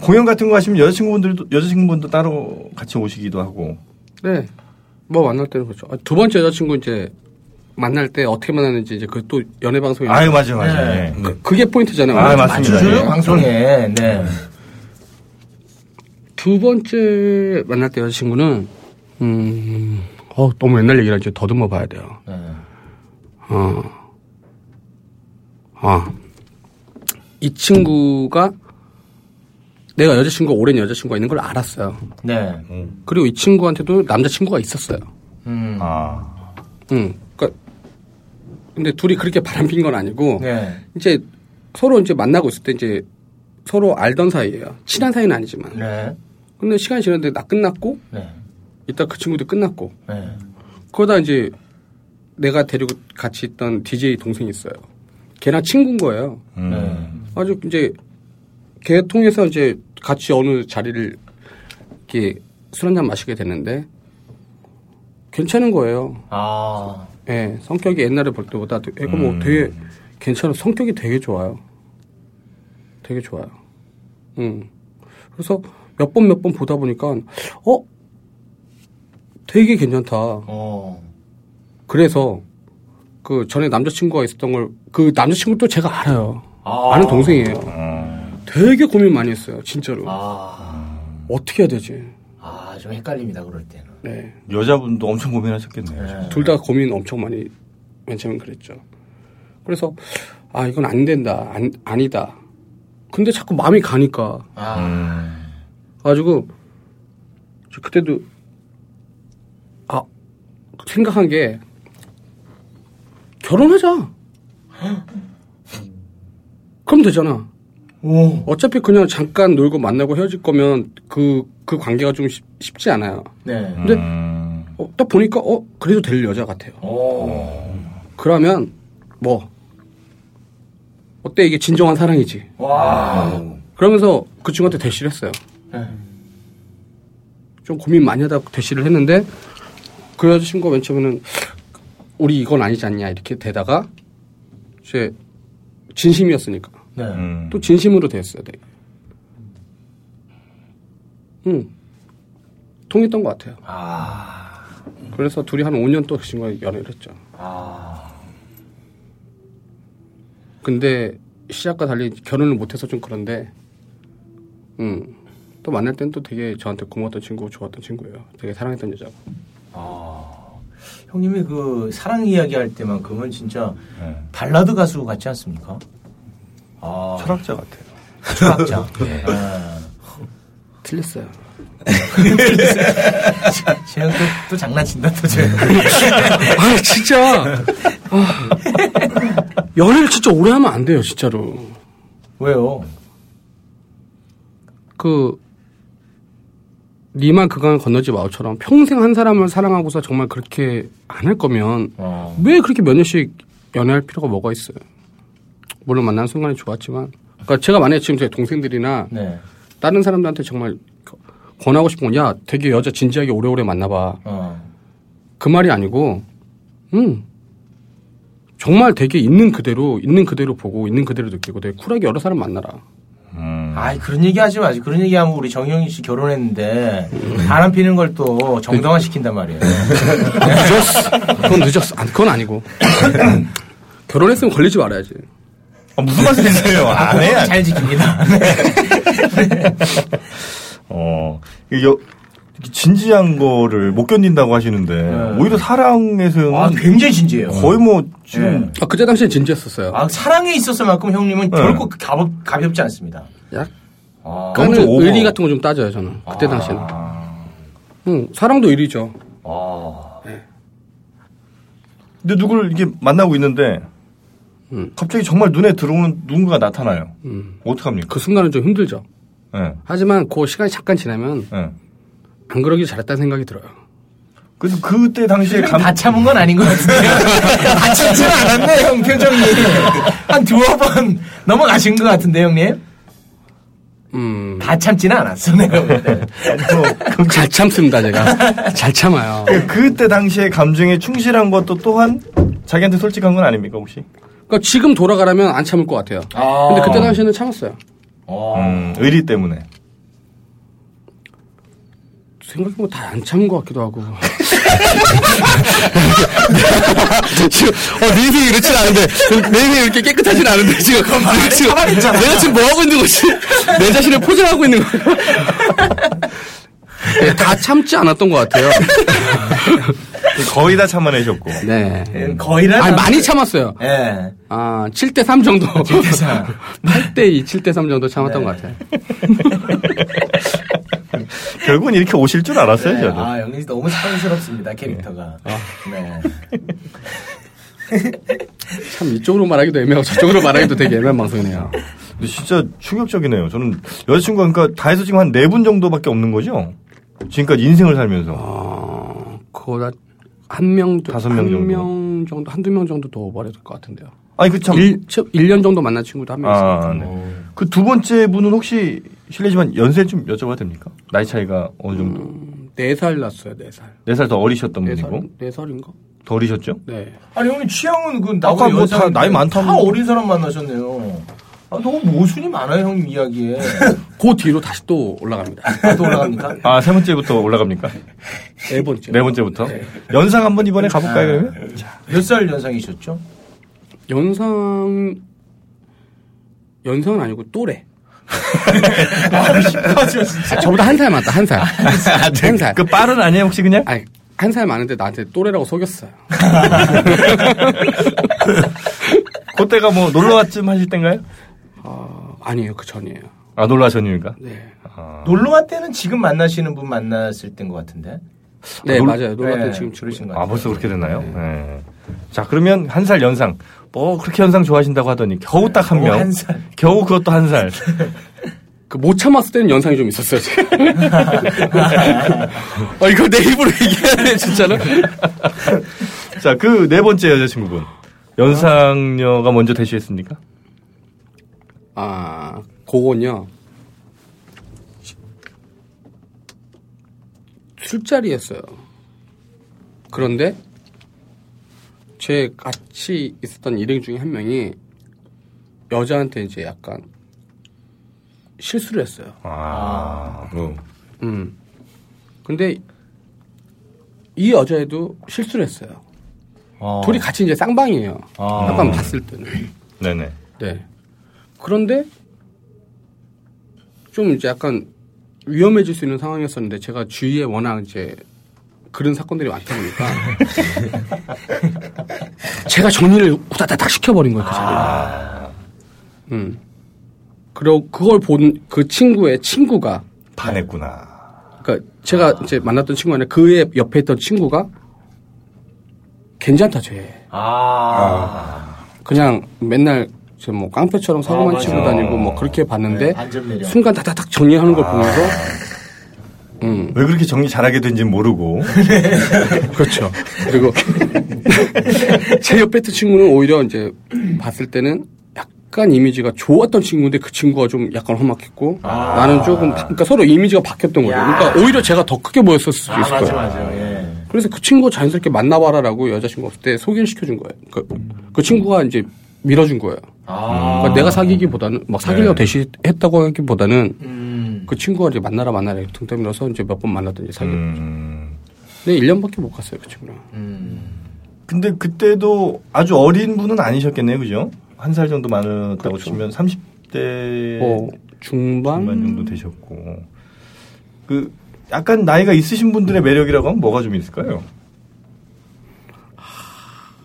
E: 공연 같은 거 하시면 여자친구분들도 여자친구분도 따로 같이 오시기도 하고,
D: 네. 뭐 만날 때는 그렇죠. 아, 두 번째 여자친구 이제 만날 때 어떻게 만났는지 이제 그 또 연애 방송에
E: 아유 맞아요, 맞아요.
F: 네.
E: 예.
D: 그, 그게 포인트잖아요.
E: 아, 맞습니다.
F: 맞춰줘요
E: 예.
F: 방송에. 네.
D: 두 번째 만날 때 여자친구는 음, 어, 너무 옛날 얘기라 이제 더듬어 봐야 돼요.
E: 예.
F: 네.
D: 어, 아, 이 친구가 내가 여자친구가 오랜 여자친구가 있는 걸 알았어요.
F: 네.
D: 그리고 이 친구한테도 남자친구가 있었어요.
F: 음.
E: 음. 아.
D: 응. 그러니까 근데 둘이 그렇게 바람핀 건
E: 뭐.
D: 아니고
F: 네.
D: 이제 서로 이제 만나고 있을 때 이제 서로 알던 사이예요. 친한 사이는 아니지만.
F: 네.
D: 근데 시간이 지났는데 나 끝났고
F: 네.
D: 이따 그 친구도 끝났고
F: 네.
D: 그러다 이제 내가 데리고 같이 있던 DJ 동생이 있어요. 걔랑 친구인 거예요.
E: 음.
F: 네.
D: 아주 이제 걔 통해서 이제 같이 어느 자리를 이렇게 술 한잔 마시게 되는데 괜찮은 거예요.
F: 아.
D: 예, 성격이 옛날에 볼 때보다 되- 이거 뭐 되게 괜찮아. 성격이 되게 좋아요. 되게 좋아요. 음. 그래서 몇 번 몇 번 보다 보니까 어 되게 괜찮다.
F: 어.
D: 그래서 그 전에 남자친구가 있었던 걸 그 남자친구 또 제가 알아요.
F: 아. 음.
D: 아는 동생이에요. 되게 고민 많이 했어요, 진짜로.
F: 아.
D: 어떻게 해야 되지?
F: 아, 좀 헷갈립니다. 그럴 때는.
D: 네,
E: 여자분도 엄청 고민하셨겠네요.
F: 네.
D: 둘 다 고민 엄청 많이 맨 처음엔 그랬죠. 그래서 아 이건 안 된다, 안, 아니다. 근데 자꾸 마음이 가니까
F: 아.
E: 음.
D: 가지고 저 그때도 아 생각한 게 결혼하자. 그럼 되잖아.
F: 오.
D: 어차피 그냥 잠깐 놀고 만나고 헤어질 거면 그, 그 관계가 좀 쉽, 지 않아요.
F: 네.
D: 근데
E: 음.
D: 어, 딱 보니까, 어, 그래도 될 여자 같아요.
F: 오.
D: 그러면, 뭐, 어때, 이게 진정한 사랑이지.
F: 와.
E: 음.
D: 그러면서 그 친구한테 대시를 했어요.
F: 네.
D: 좀 고민 많이 하다 대시를 했는데, 그 여자친구가 맨 처음에는, 우리 이건 아니지 않냐, 이렇게 되다가, 이제, 진심이었으니까.
F: 네.
E: 음.
D: 또 진심으로 됐어요, 되게. 응. 음. 통했던 것 같아요.
F: 아.
D: 그래서 둘이 한 5년 또 그 친구가 연애를 했죠.
F: 아.
D: 근데 시작과 달리 결혼을 못해서 좀 그런데, 음. 또 만날 땐 또 되게 저한테 고마웠던 친구고 좋았던 친구예요. 되게 사랑했던 여자고.
F: 아. 형님이 그 사랑 이야기 할 때만큼은 진짜
E: 네.
F: 발라드 가수 같지 않습니까? 아.
E: 철학자 같아요. *laughs*
F: 철학자.
E: 네.
F: 아.
D: 틀렸어요.
F: 제가 또, 또 장난친다, 또 제가.
E: 네.
D: 아, 진짜! 아. 연애를 진짜 오래 하면 안 돼요, 진짜로.
F: 왜요?
D: 그, 니만 그간 건너지 마오처럼 평생 한 사람을 사랑하고서 정말 그렇게 안 할 거면
F: 어.
D: 왜 그렇게 몇 년씩 연애할 필요가 뭐가 있어요? 물론 만난 순간이 좋았지만, 그러니까 제가 만약에 지금 제 동생들이나
F: 네.
D: 다른 사람들한테 정말 권하고 싶은 건, 야, 되게 여자 진지하게 오래오래 만나봐.
F: 어.
D: 그 말이 아니고, 음, 정말 되게 있는 그대로, 있는 그대로 보고, 있는 그대로 느끼고, 되게 쿨하게 여러 사람 만나라.
E: 음.
F: 아이, 그런 얘기 하지 마세요. 그런 얘기 하면 우리 정영희 씨 결혼했는데, 바람 피는 걸 또 정당화 시킨단 말이에요.
D: 그건 늦었어. 그건 늦었어. 아, 그건 아니고. *coughs* 결혼했으면 걸리지 말아야지.
E: 아, 네, 무슨 말씀이세요? *laughs* 안 해요.
F: 잘 지킵니다. 네.
E: 어, 이게 여, 이렇게 진지한 거를 못 견딘다고 하시는데
F: 네.
E: 오히려 사랑에서는
F: 아, 네. 굉장히 진지해요.
E: 거의 뭐 지금
D: 아, 그때 당시엔 진지했었어요.
F: 아, 사랑에 있어서만큼 형님은
E: 네.
F: 결코 그 가볍, 가볍지 않습니다.
D: 약간의
F: 아,
E: 너무 좀 오버. 아.
D: 의리 같은 거 좀 따져요, 저는. 그때 당시에는. 응, 사랑도 의리죠.
F: 아,
E: 근데 누구를 이렇게 만나고 있는데
D: 음.
E: 갑자기 정말 눈에 들어오는 누군가가 나타나요.
D: 음.
E: 어떡합니까?
D: 그 순간은 좀 힘들죠.
E: 예.
D: 하지만 그 시간이 잠깐 지나면
E: 예.
D: 안 그러길 잘했다는 생각이 들어요.
E: 그래서 그때 당시에 감,
F: 다 참은 건 아닌
E: *laughs*
F: 것 같은데요. 다 참지는 않았네, 형 표정이. 한 두어 번 넘어가신 것 같은데, 형님.
D: 음.
F: 다 참지는 *laughs* 않았어, 내가 볼 때.
E: 어,
D: 잘 참습니다, 제가. 잘 참아요.
E: 그- 그때 당시에 감정에 충실한 것도 또한 자기한테 솔직한 건 아닙니까 혹시?
D: 그러니까 지금 돌아가라면 안 참을 것 같아요.
F: 아.
D: 근데 그때 당시에는 참았어요.
E: 음, 의리 때문에.
D: 생각해보면 다 안 참은 것 같기도 하고. 지금, 어, 내 인생이 이렇진 않은데, 내 인생이 이렇게 깨끗하진 않은데, 지금. 지금 내가 지금 뭐하고 있는 거지? 내 자신을 포장하고 있는 거야. 네, 다 참지 않았던 것 같아요.
E: 거의 다
F: *laughs*
E: 참아내셨고.
D: 네.
F: 예, 거의란.
D: 아니, 많이 참았어요.
F: 예.
D: 아, 7대3 정도.
F: 네. 7대3.
D: 8대2, 7대3 정도 참았던 것 같아요.
E: 결국은 이렇게 오실 줄 알았어요,
F: 네.
E: 저는.
F: 아, 영민 씨 너무 사랑스럽습니다, 캐릭터가.
D: 아.
F: 네.
D: 참, 이쪽으로 말하기도 애매하고 저쪽으로 말하기도 되게 애매한 방송이네요.
E: 근데 진짜 충격적이네요. 저는 여자친구가 그러니까 다 해서 지금 한 네 분 정도밖에 없는 거죠? 지금까지 인생을 살면서.
D: 어, 그거다, 한 명, 정-
E: 다섯 명
D: 한
E: 정도.
D: 명 정도, 한두 명 정도 더 오버될 것 같은데요.
E: 아니, 그 참.
D: 일 1, 년 정도 만난 친구도 한 명 있어요.
E: 아, 네. 그 두 번째 분은 혹시 실례지만 연세 좀 여쭤봐도 됩니까? 나이 차이가 어느 정도?
D: 네 살 났어요, 네 살.
E: 네 살 더 어리셨던
D: 네
E: 분이고.
D: 살, 네 살인가?
E: 더 어리셨죠?
D: 네.
F: 아니, 형님 취향은 그
E: 아까
F: 나보다
E: 뭐다
F: 여자
E: 나이 많다고.
F: 다 어린 사람 만나셨네요. 아, 너무 모순이 많아요, 형님 이야기에.
D: 그 뒤로 다시 또 올라갑니다.
F: 아, 또 올라갑니까?
E: 아, 세 번째부터
D: *laughs*
E: 올라갑니까?
D: 네 아. 번째.
E: 네 번째부터? 연상 한번 이번에 가볼까요,
D: *laughs*
E: 그러면? *laughs*
F: 몇 살 연상이셨죠?
D: 연상, 연상은 아니고 또래. 아, 저보다 한 살 많다, 한 살. 한 살.
E: 그 빠른 아니에요, 혹시 그냥?
D: *laughs* 아니, 한 살 많은데 나한테 또래라고 속였어요.
E: 그때가 뭐 놀러 왔쯤 하실 땐가요?
D: 어, 아니에요, 그 전이에요.
E: 아, 놀러 하셨습니까?
D: 네.
F: 놀러 갈 때는 지금 만나시는 분 만났을 때인 것 같은데.
D: 네,
E: 놀-
D: 맞아요. 놀 같은
F: 네,
D: 지금 줄이신
F: 그러신 것
E: 아,
F: 같아요.
E: 벌써 그렇게 됐나요? 네. 자, 그러면 한 살 연상. 뭐, 그렇게 연상 좋아하신다고 하더니 겨우 딱 네. 한
F: 겨우
E: 명.
F: 한 살.
E: 겨우 그것도 한 *laughs* 살.
D: 그못 참았을 때는 연상이 좀 있었어요. 지금. 어, 이거 내 입으로 얘기해야 돼, 진짜로.
E: 자, 그 네 번째 여자친구분. 연상녀가 먼저 대시했습니까?
D: 아, 그건요. 술자리였어요. 그런데 제 같이 있었던 일행 중에 한 명이 여자한테 이제 약간 실수를 했어요.
E: 아,
G: 어.
D: 음. 근데 이 여자애도 실수를 했어요.
F: 어.
D: 둘이 같이 이제 쌍방이에요.
F: 아.
D: 잠깐 봤을 때는.
E: 네네.
D: 네. 그런데 좀 이제 약간 위험해질 수 있는 상황이었었는데 제가 주위에 워낙 이제 그런 사건들이 많다 보니까
E: *laughs*
D: 제가 정리를 후다다닥 시켜버린 거예요 그 자리에.
E: 아.
D: 음. 그리고 그걸 본 그 친구의 친구가
E: 반했구나. 아.
D: 그러니까 제가 이제 만났던 친구 안에 그의 옆에 있던 친구가 괜찮다 쟤.
F: 아.
D: 그냥 맨날 저뭐 깡패처럼 사고만 치고 다니고 뭐 그렇게 봤는데
F: 어, 네, 반전 매력. 아.
D: 순간 다다닥 정리하는 걸
F: *laughs*
D: 보면서 음
E: 왜 그렇게 정리 잘하게 된지는 *laughs* 모르고.
D: 그렇죠 그리고 *laughs* 제 옆에 있던 친구는 오히려 이제 봤을 때는 약간 이미지가 좋았던 친구인데 그 친구가 좀 약간 험악했고
F: 아.
D: 나는 조금 그러니까 서로 이미지가 바뀌었던 거죠 그러니까 오히려 제가 더 크게 보였을 수도
F: 아,
D: 있을
F: 맞아,
D: 거예요
F: 맞아. 예.
D: 그래서 그 친구 자연스럽게 만나봐라라고 여자친구 없을 때 소개를 시켜준 거예요 그, 그 친구가 이제 밀어준 거예요
F: 아.
D: 그러니까 내가 사귀기보다는 막 사귀려고 대시했다고 하기보다는
F: 음.
D: 그 친구가 이제 만나라 만나라 등떠밀어서 이제 몇 번 만났더니 사귀. 고
E: 음.
D: 근데 1년밖에 못 갔어요 그 친구랑.
F: 음.
E: 근데 그때도 아주 어린 분은 아니셨겠네요, 그죠? 한 살 정도 많았다고 치면 30대
D: 뭐 중반. 음.
E: 중반 정도 되셨고. 그 약간 나이가 있으신 분들의 매력이라고 하면 뭐가 좀 있을까요?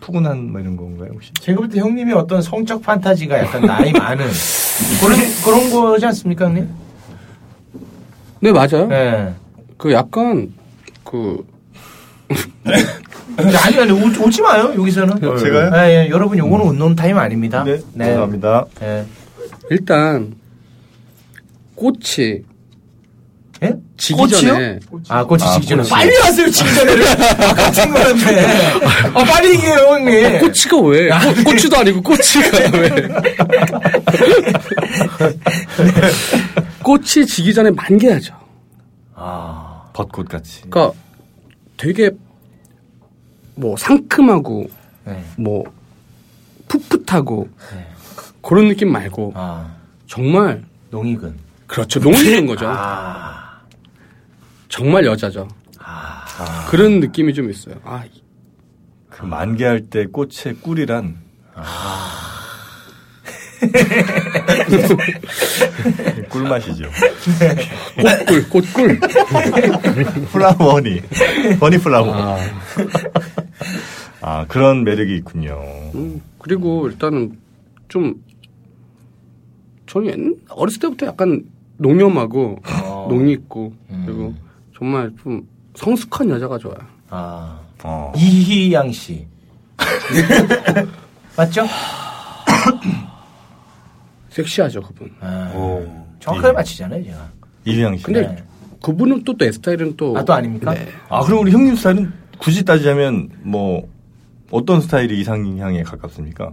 E: 푸근한 뭐 이런 건가요, 혹시?
F: 제가 볼 때 형님이 어떤 성적 판타지가 약간 나이 *laughs* 많은 그런 그런 거지 않습니까, 형님?
D: 네 맞아요.
F: 네.
D: 그 약간 그
F: 아니 아니 오, 오지 마요 여기서는.
E: 어, 제가요? 음.
F: 예, 예. 여러분 요거는 웃는 타임 아닙니다.
E: 네, 죄송합니다.
F: 예.
D: 일단 꽃이
F: 예?
D: 지기
F: 꽃이요?
D: 전에
F: 아, 꽃이
E: 아,
F: 지기 전에.
E: 꽃이.
F: 빨리 하세요,
E: *laughs*
F: 지기 전에를. 아, 같은 거였네. 아, 빨리 얘기해요, 형님.
E: 아,
D: 꽃이가 아, 왜? 꽃, 꽃이도 아니고 꽃이가 *laughs* 왜? 꽃이 지기 전에 만개하죠.
F: 아.
E: 벚꽃 같이.
D: 그러니까 되게 뭐 상큼하고
F: 네.
D: 뭐 풋풋하고
F: 네.
D: 그런 느낌 말고
F: 아.
D: 정말
F: 농익은.
D: 그렇죠 농민인 거죠
F: 아.
D: 정말 여자죠 그런 느낌이 좀 있어요 아 이-
E: 아. 그 만개할 때 꽃의 꿀이란 *laughs* 꿀맛이죠.
D: 꽃꿀, 꽃꿀.
E: 플라워니. 버니 플라워. 아. 그런 매력이 있군요.
D: 음, 그리고 일단은 좀 저는 옛- 어렸을 때부터 약간 농염하고
F: 아.
D: *laughs* 농이 있고 그리고
F: 음.
D: 정말 좀 성숙한 여자가 좋아요.
F: 아.
E: 어.
F: 이희양 씨. *laughs* 맞죠?
D: 섹시하죠 그분.
F: 아,
G: 오.
E: 예.
F: 정확하게 맞히잖아요, 제가.
E: 이리양 씨.
D: 근데
F: 네.
D: 그분은 또 내 스타일은 또
F: 아, 또 아닙니까?
D: 네.
E: 아, 그럼 우리 형님 스타일은 굳이 따지자면 뭐 어떤 스타일이 이상향에 가깝습니까?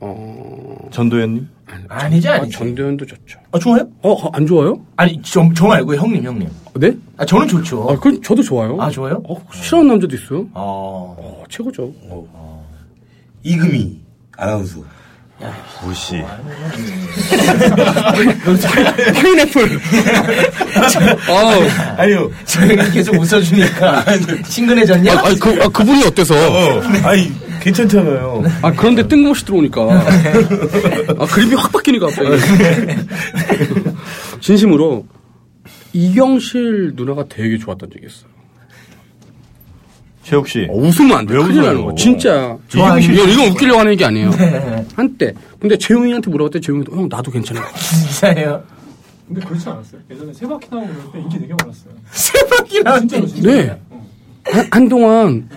D: 어,
E: 전도연님?
F: 아니지,
D: 아,
F: 아니지.
D: 전도연도 좋죠.
F: 아, 좋아요?
D: 어, 어, 안 좋아요?
F: 아니, 저, 저 말고 형님, 형님.
D: 네?
F: 아, 저는
D: 아,
F: 좋죠.
D: 그건 저도 좋아요.
F: 아, 좋아요?
D: 어, 싫어하는 남자도 있어요.
F: 어.
D: 어, *laughs* 최고죠.
G: 이금희 아나운서.
E: 무시.
D: 파인애플. 아,
G: 아니요.
F: 저 형이 계속 웃어주니까
D: *laughs*
F: 친근해졌냐?
D: 아, 그, 아, 그분이 어때서?
F: *laughs*
G: 아니 괜찮잖아요.
D: 아, 그런데 뜬금없이 들어오니까. *laughs* 아, 그림이 확 바뀌니까, 갑자기. 진심으로, 이경실 누나가 되게 좋았던 적이 있어요.
E: 최욱 씨.
D: 어, 웃으면 안 돼.
E: 왜
D: 큰일
E: 웃어요?
D: 나는 거. 진짜. 네.
E: 좋아하는
D: 이경실. 이건, 이건 웃기려고 하는 얘기 아니에요. 한때. 근데 재용이한테 물어봤더니 재용이도, 형, 나도 *laughs* 괜찮아.
F: *laughs* 진짜예요.
H: 근데 그렇진 않았어요. 예전에 세 바퀴 나오고 그럴 때 인기 되게 많았어요.
F: 세 바퀴 나왔는데.
D: 네. 한, 한동안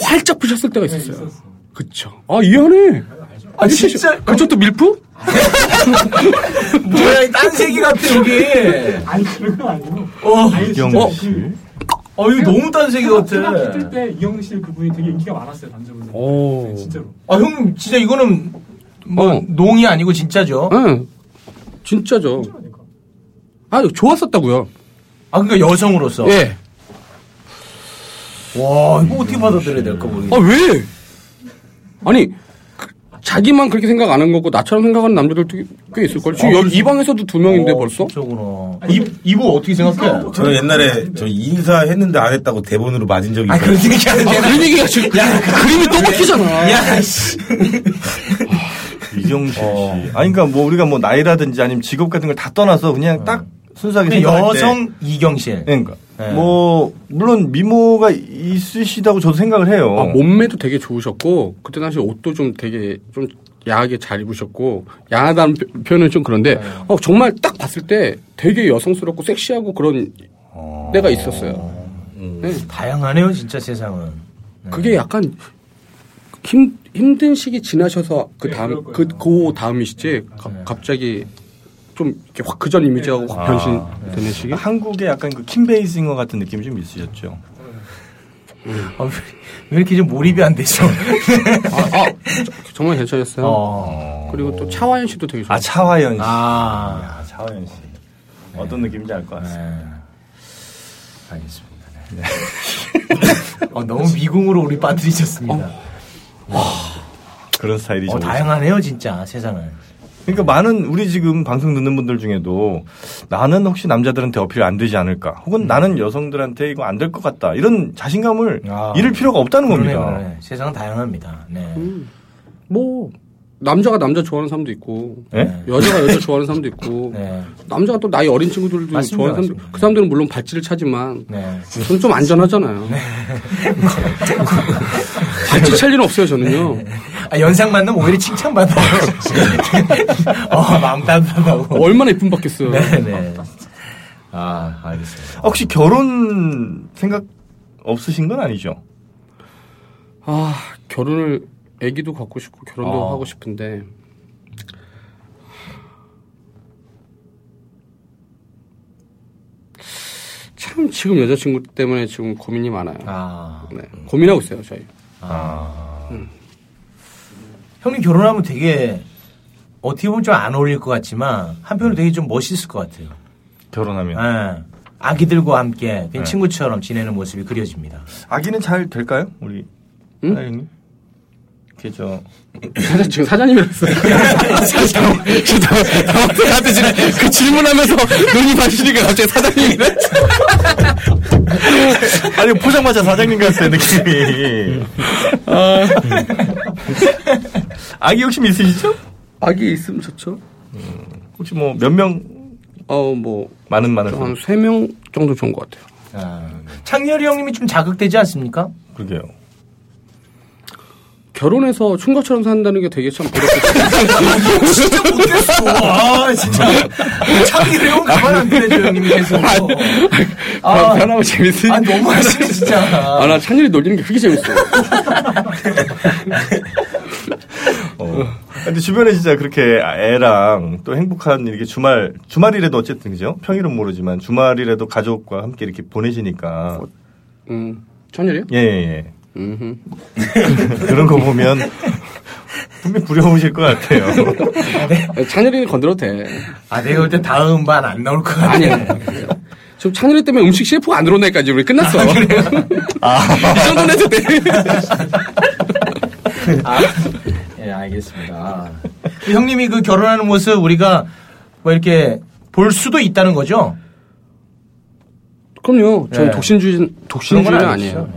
D: 활짝 부셨을 때가 네, 있었어요. 그쵸. 아, 이해하네.
F: 아, 진짜.
D: 아, 저또 밀프?
F: 뭐야, 이 딴새기 같아, 여기.
H: 아니 그런 건 아니고.
F: 어,
E: 이경실 씨.
F: 어, 이거 너무 딴새기
H: 세 바퀴
F: 같아.
H: 뜰때 이영실 그분이 되게 인기가 많았어요 단적으로.
D: 오.
H: 진짜로.
F: 아, 형, 진짜 이거는 뭐,
D: 어.
F: 농이 아니고 진짜죠.
D: 응. 진짜죠.
H: 그러니까.
D: 아, 좋았었다고요.
F: 아, 그러니까 여성으로서.
D: 예.
F: 와, 이거 어떻게 받아들여야 될까 모르겠네.
D: 아, 왜? 아니, 그, 자기만 그렇게 생각 안 한 거고, 나처럼 생각하는 남자들도 꽤- 꽤 있을걸. 지금 여기 이 방에서도 두 명인데 벌써?
F: 어,
H: 아,
F: 저구나. 이, 이거 어떻게 생각해?
G: 저는 옛날에 저 인사했는데 안 했다고 대본으로 맞은 적이
F: 아,
G: 있어요.
F: 그런 얘기 안
D: 아,
F: 되나?
D: 그런 얘기가 지금 그림이 또 바뀌잖아.
F: 야, 씨.
E: 이경실 씨. 아니, 그러니까 뭐 우리가 뭐 나이라든지 아니면 직업 같은 걸 다 떠나서 네. 그냥 딱 순수하게
F: 근데
E: 생각할 때
F: 여성 이경실.
D: 예.
E: 그러니까
F: 네.
E: 뭐 물론 미모가 있으시다고 저도 생각을 해요.
D: 아, 몸매도 되게 좋으셨고, 그때 당시 옷도 좀 되게 좀 야하게 잘 입으셨고, 야하다는 표- 표현은 좀 그런데, 어, 정말 딱 봤을 때 되게 여성스럽고 섹시하고 그런 때가 있었어요. 네.
F: 다양하네요, 진짜 세상은.
D: 그게 약간 힘 힘든 시기 지나셔서 그
H: 네,
D: 다음
H: 그럴 거예요.
D: 그그 다음이시지 가-
F: 네.
D: 갑자기 좀 이렇게 확 그전 이미지하고 확
F: 아, 네.
D: 변신되는 시기.
E: 한국의 약간 그 킴베이싱어 같은 느낌이 좀 있으셨죠.
F: 아, 왜, 왜 이렇게 좀 몰입이 안 되죠?
D: 아, 아, 저- 정말 괜찮았어요.
F: 어.
D: 그리고 또 차화연 씨도 되게 좋아.
E: 아 차화연 씨.
F: *laughs* 아.
E: 아, 차화연 씨. 어떤 느낌인지 알 것 같습니다.
F: 네. 알겠습니다. 네. *laughs* 어, 너무 미궁으로 우리 빠뜨리셨습니다.
E: 그런 스타일이죠.
F: 어, 다양하네요, 진짜, 세상은.
E: 그러니까 많은 우리 지금 방송 듣는 분들 중에도 나는 혹시 남자들한테 어필 안 되지 않을까, 혹은
F: 음.
E: 나는 여성들한테 이거 안 될 것 같다 이런 자신감을
F: 아.
E: 잃을 필요가 없다는
F: 그러네,
E: 겁니다.
F: 그러네. 세상은 다양합니다. 네.
D: 음. 뭐 남자가 남자 좋아하는 사람도 있고
E: 예?
D: 여자가 여자 좋아하는 사람도 있고
F: *laughs* 네.
D: 남자가 또 나이 어린 친구들도
F: 맞습니다,
D: 좋아하는 사람도
F: 맞습니다.
D: 있고 그 사람들은 물론 발찌를 차지만
F: 네.
D: 저는 좀 안전하잖아요. 발찌 찰 일은 없어요 저는요.
F: 아, 연상 만나면 오히려 칭찬받아요. *laughs* 어, 마음 단단하고.
D: 얼마나 이쁨 받겠어요.
F: 네네. 아, 알겠습니다.
E: 아, 혹시 결혼 생각 없으신 건 아니죠?
D: 아 결혼을 아기도 갖고 싶고 결혼도
E: 아.
D: 하고 싶은데 참 지금 여자친구 때문에 지금 고민이 많아요.
F: 아,
D: 네, 고민하고 있어요 저희.
F: 형님 결혼하면 되게 어떻게 보면 좀 안 어울릴 것 같지만 한편으로 되게 좀 멋있을 것 같아요.
E: 결혼하면
F: 예. 아기들과 함께 그냥 친구처럼 지내는 모습이 그려집니다.
E: 아기는 잘 될까요, 우리
D: 응?
E: 사장님? 이렇게
F: *laughs*
E: 저
D: 사자, 지금 사장님이라서 당황스러한테 지금 그 질문하면서 눈이 마시니까 갑자기 사장님이래.
E: 아니 포장마차 사장님 같은 예,
F: 음.
E: *laughs*
F: 아.
E: 느낌이. 아기 욕심 있으시죠?
D: 악이 있으면 좋죠.
E: 혹시 뭐 몇 명
D: 어, 뭐,
E: 많은 많은
D: 한 3명 정도 좋은 것 같아요.
F: 아, 창렬이 형님이 좀 자극되지 않습니까?
E: 그게요.
D: 결혼해서 충고처럼 산다는 게 되게 참 부럽겠죠.
F: 진짜 못겠어. 아 진짜 창렬이 형 가만 안 두래줘 형님이 계속. 아.
D: 편하고 재밌으니.
F: 아 너무하시네 진짜.
D: 아, 나 찬열이 놀리는 게 그렇게 재밌어요.
E: 어. 근데 주변에 진짜 그렇게 애랑 또 행복한 이렇게 주말 주말이라도 어쨌든 그죠? 평일은 모르지만 주말이라도 가족과 함께 이렇게 보내시니까
D: 음, 찬열이요?
E: 예, 예, *laughs*
D: 음흠.
E: 예. 그런 거 보면 분명 부러우실 것 같아요.
D: 아니, 찬열이는 건드려도 돼.
F: 아 내가 볼 때 다음 반 안 나올 것 같아.
D: 아니야. 지금 찬열이 때문에 음식 셰프가 안 들어오니까 지금 우리 끝났어. *laughs* 이 정도는 해도 돼.
F: 아, 예, 알겠습니다. 형님이 그 결혼하는 모습 우리가 뭐 이렇게 볼 수도 있다는 거죠?
D: 그럼요. 저는
F: 예.
D: 독신주의,
F: 그런 건 예.
D: 독신주의는 아니에요.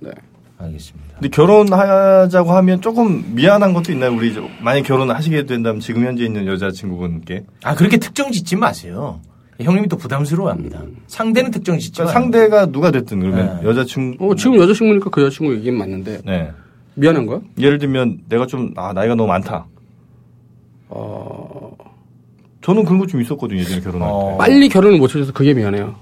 D: 네.
F: 알겠습니다.
E: 근데 결혼하자고 하면 조금 미안한 것도 있나요? 우리 저- 만약 결혼하시게 된다면 지금 현재 있는 여자친구분께 그러니까
F: 아, 그렇게 특정 짓지 마세요. 형님이 또 부담스러워 합니다. 상대는 특정 짓지
E: 그러니까
F: 마요.
E: 상대가 누가 됐든 그러면
F: 네.
E: 여자친구
D: 어, 지금 여자친구니까 그 여자친구 얘기는 맞는데.
E: 네.
D: 미안한 거야?
E: 예를 들면 내가 좀 아, 나이가 너무 많다.
D: 어,
E: 저는 그런 거 좀 있었거든요 예전에 결혼할 때.
F: 어.
D: 빨리 결혼을 못 해줘서 그게 미안해요.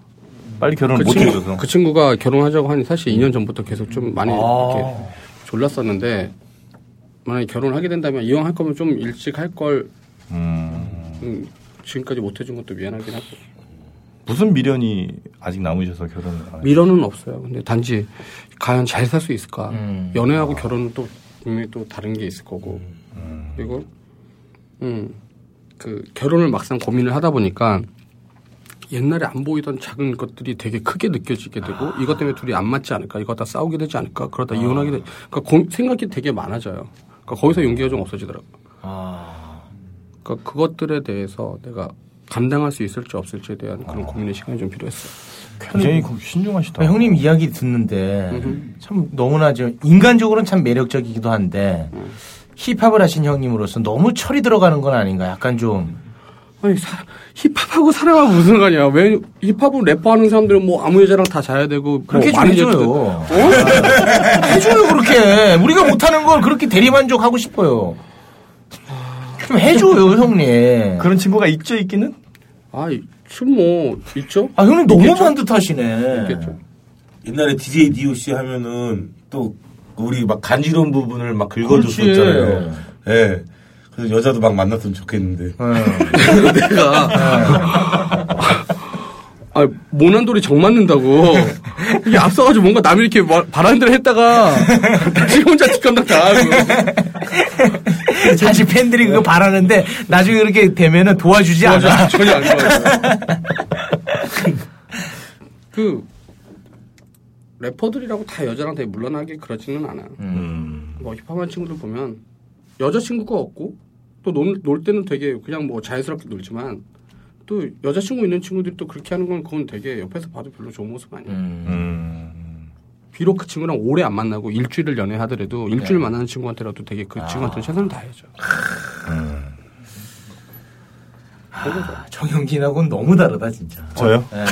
E: 빨리 결혼을
D: 그,
E: 못
D: 친구,
E: 해줘서.
D: 그 친구가 결혼하자고 한 사실 2년 전부터 계속 좀 많이
F: 아.
D: 이렇게 졸랐었는데 만약에 결혼하게 된다면 이왕 할 거면 좀 일찍 할 걸
E: 음,
D: 지금까지 못 해준 것도 미안하긴 하고
E: 무슨 미련이 아직 남으셔서 결혼을 안 해요?
D: 네. 미련은 없어요. 근데 단지 과연 잘 살 수 있을까?
F: 음.
D: 연애하고 결혼은 또 분명히 또 다른 게 있을 거고 그리고 음, 음그 결혼을 막상 고민을 하다 보니까 옛날에 안 보이던 작은 것들이 되게 크게 느껴지게 되고 이것 때문에 둘이 안 맞지 않을까 이거 다 싸우게 되지 않을까 그러다 이혼하게 되 그러니까 고- 생각이 되게 많아져요. 그러니까 거기서 용기가 좀 없어지더라고. 요
F: 아,
D: 그러니까 그것들에 대해서 내가 감당할 수 있을지 없을지에 대한 그런 고민의 시간이 좀 필요했어.
E: 굉장히 그 신중하시다.
F: 아, 형님 이야기 듣는데 참 너무나 좀 인간적으로는 참 매력적이기도 한데 힙합을 하신 형님으로서 너무 철이 들어가는 건 아닌가 약간 좀
D: 아니 사- 힙합하고 사랑하고 무슨 상관이야? 왜 힙합은 래퍼하는 사람들은 뭐 아무 여자랑 다 자야 되고
F: 그렇게
D: 뭐
F: 좀 해줘요. 아, *laughs* 해줘요 그렇게 우리가 못하는 걸 그렇게 대리만족 하고 싶어요. 좀 해줘요 형님.
E: 그런 친구가 있죠 있기는?
D: 아 지금 뭐 있죠?
F: 아 형님 너무
D: 있겠죠?
F: 반듯하시네.
D: 있겠죠.
G: 옛날에 DJ DOC 하면은 또 우리 막 간지러운 부분을 막
F: 그렇지.
G: 긁어줬었잖아요. 예. 그래서 여자도 막 만났으면 좋겠는데.
F: 예.
D: *laughs* 아 모난돌이 정 맞는다고 이게 앞서가지고 뭔가 남이 이렇게 말- 바라는 대로 했다가 *laughs* 지 혼자 뒷감당 당하고
F: *laughs* 사실 팬들이 그거 바라는데 나중에 그렇게 되면은 도와주지 않아.
D: 전혀 안 좋아요. *laughs* 그 래퍼들이라고 다 여자랑 되게 물러나게 그러지는 않아. 요
E: 음.
D: 뭐 힙합한 친구들 보면 여자친구가 없고 또 놀 때는 되게 그냥 뭐 자연스럽게 놀지만 또 여자친구 있는 친구들이 또 그렇게 하는 건 그건 되게 옆에서 봐도 별로 좋은 모습 아니에요.
E: 음.
D: 비록 그 친구랑 오래 안 만나고 일주일을 연애하더라도 일주일
E: 네.
D: 만나는 친구한테라도 되게
E: 아.
D: 그 친구한테 최선을 다해야죠.
F: 아, 정영진하고는 너무 다르다 진짜.
E: 저요?
F: 예.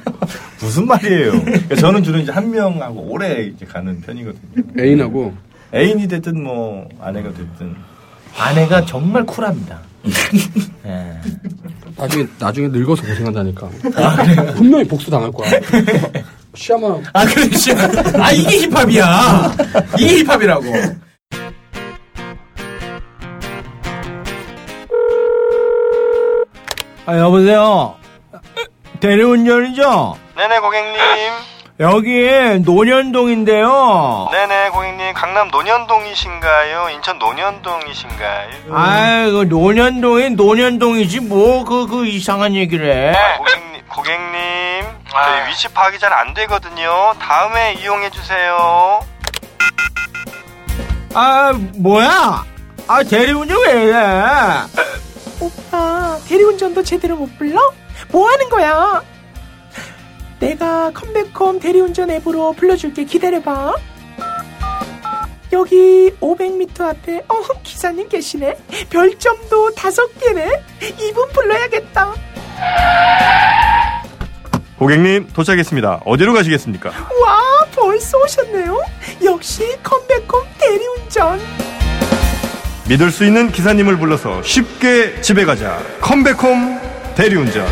E: *laughs* 무슨 말이에요? 그러니까 저는 주로 이제 한 명하고 오래 이제 가는 편이거든요.
D: 애인하고
E: 애인이 됐든 뭐 아내가 됐든.
F: 아내가 정말 쿨합니다. 예.
D: 나중에 나중에 늙어서 고생한다니까. 아, 분명히 복수 당할 거야. 시아마
F: 아 그렇지. 아 이게 힙합이야. 이게 힙합이라고. 아 여보세요. 대리운전이죠?
E: 네네 고객님.
F: 여기 노년동인데요.
E: 네네 고객님. 강남 논현동이신가요? 인천 논현동이신가요?
F: 아이, 그 노년동이 노년동이지 뭐 그 그 이상한 얘기를 해.
E: 네. 아, 고객님, 고객님. 저희 위치 파악이 잘 안 되거든요. 다음에 이용해 주세요.
F: 아 뭐야? 아 대리운전 왜 이래?
I: 오빠 대리운전도 제대로 못 불러? 뭐 하는 거야? 내가 컴백홈 대리운전 앱으로 불러줄게 기다려봐 여기 500m 앞에 어 기사님 계시네. 별점도 다섯 개네. 이분 불러야겠다.
E: 고객님 도착했습니다. 어디로 가시겠습니까?
I: 와 벌써 오셨네요. 역시 컴백홈 대리운전.
E: 믿을 수 있는 기사님을 불러서 쉽게 집에 가자. 컴백홈 대리운전.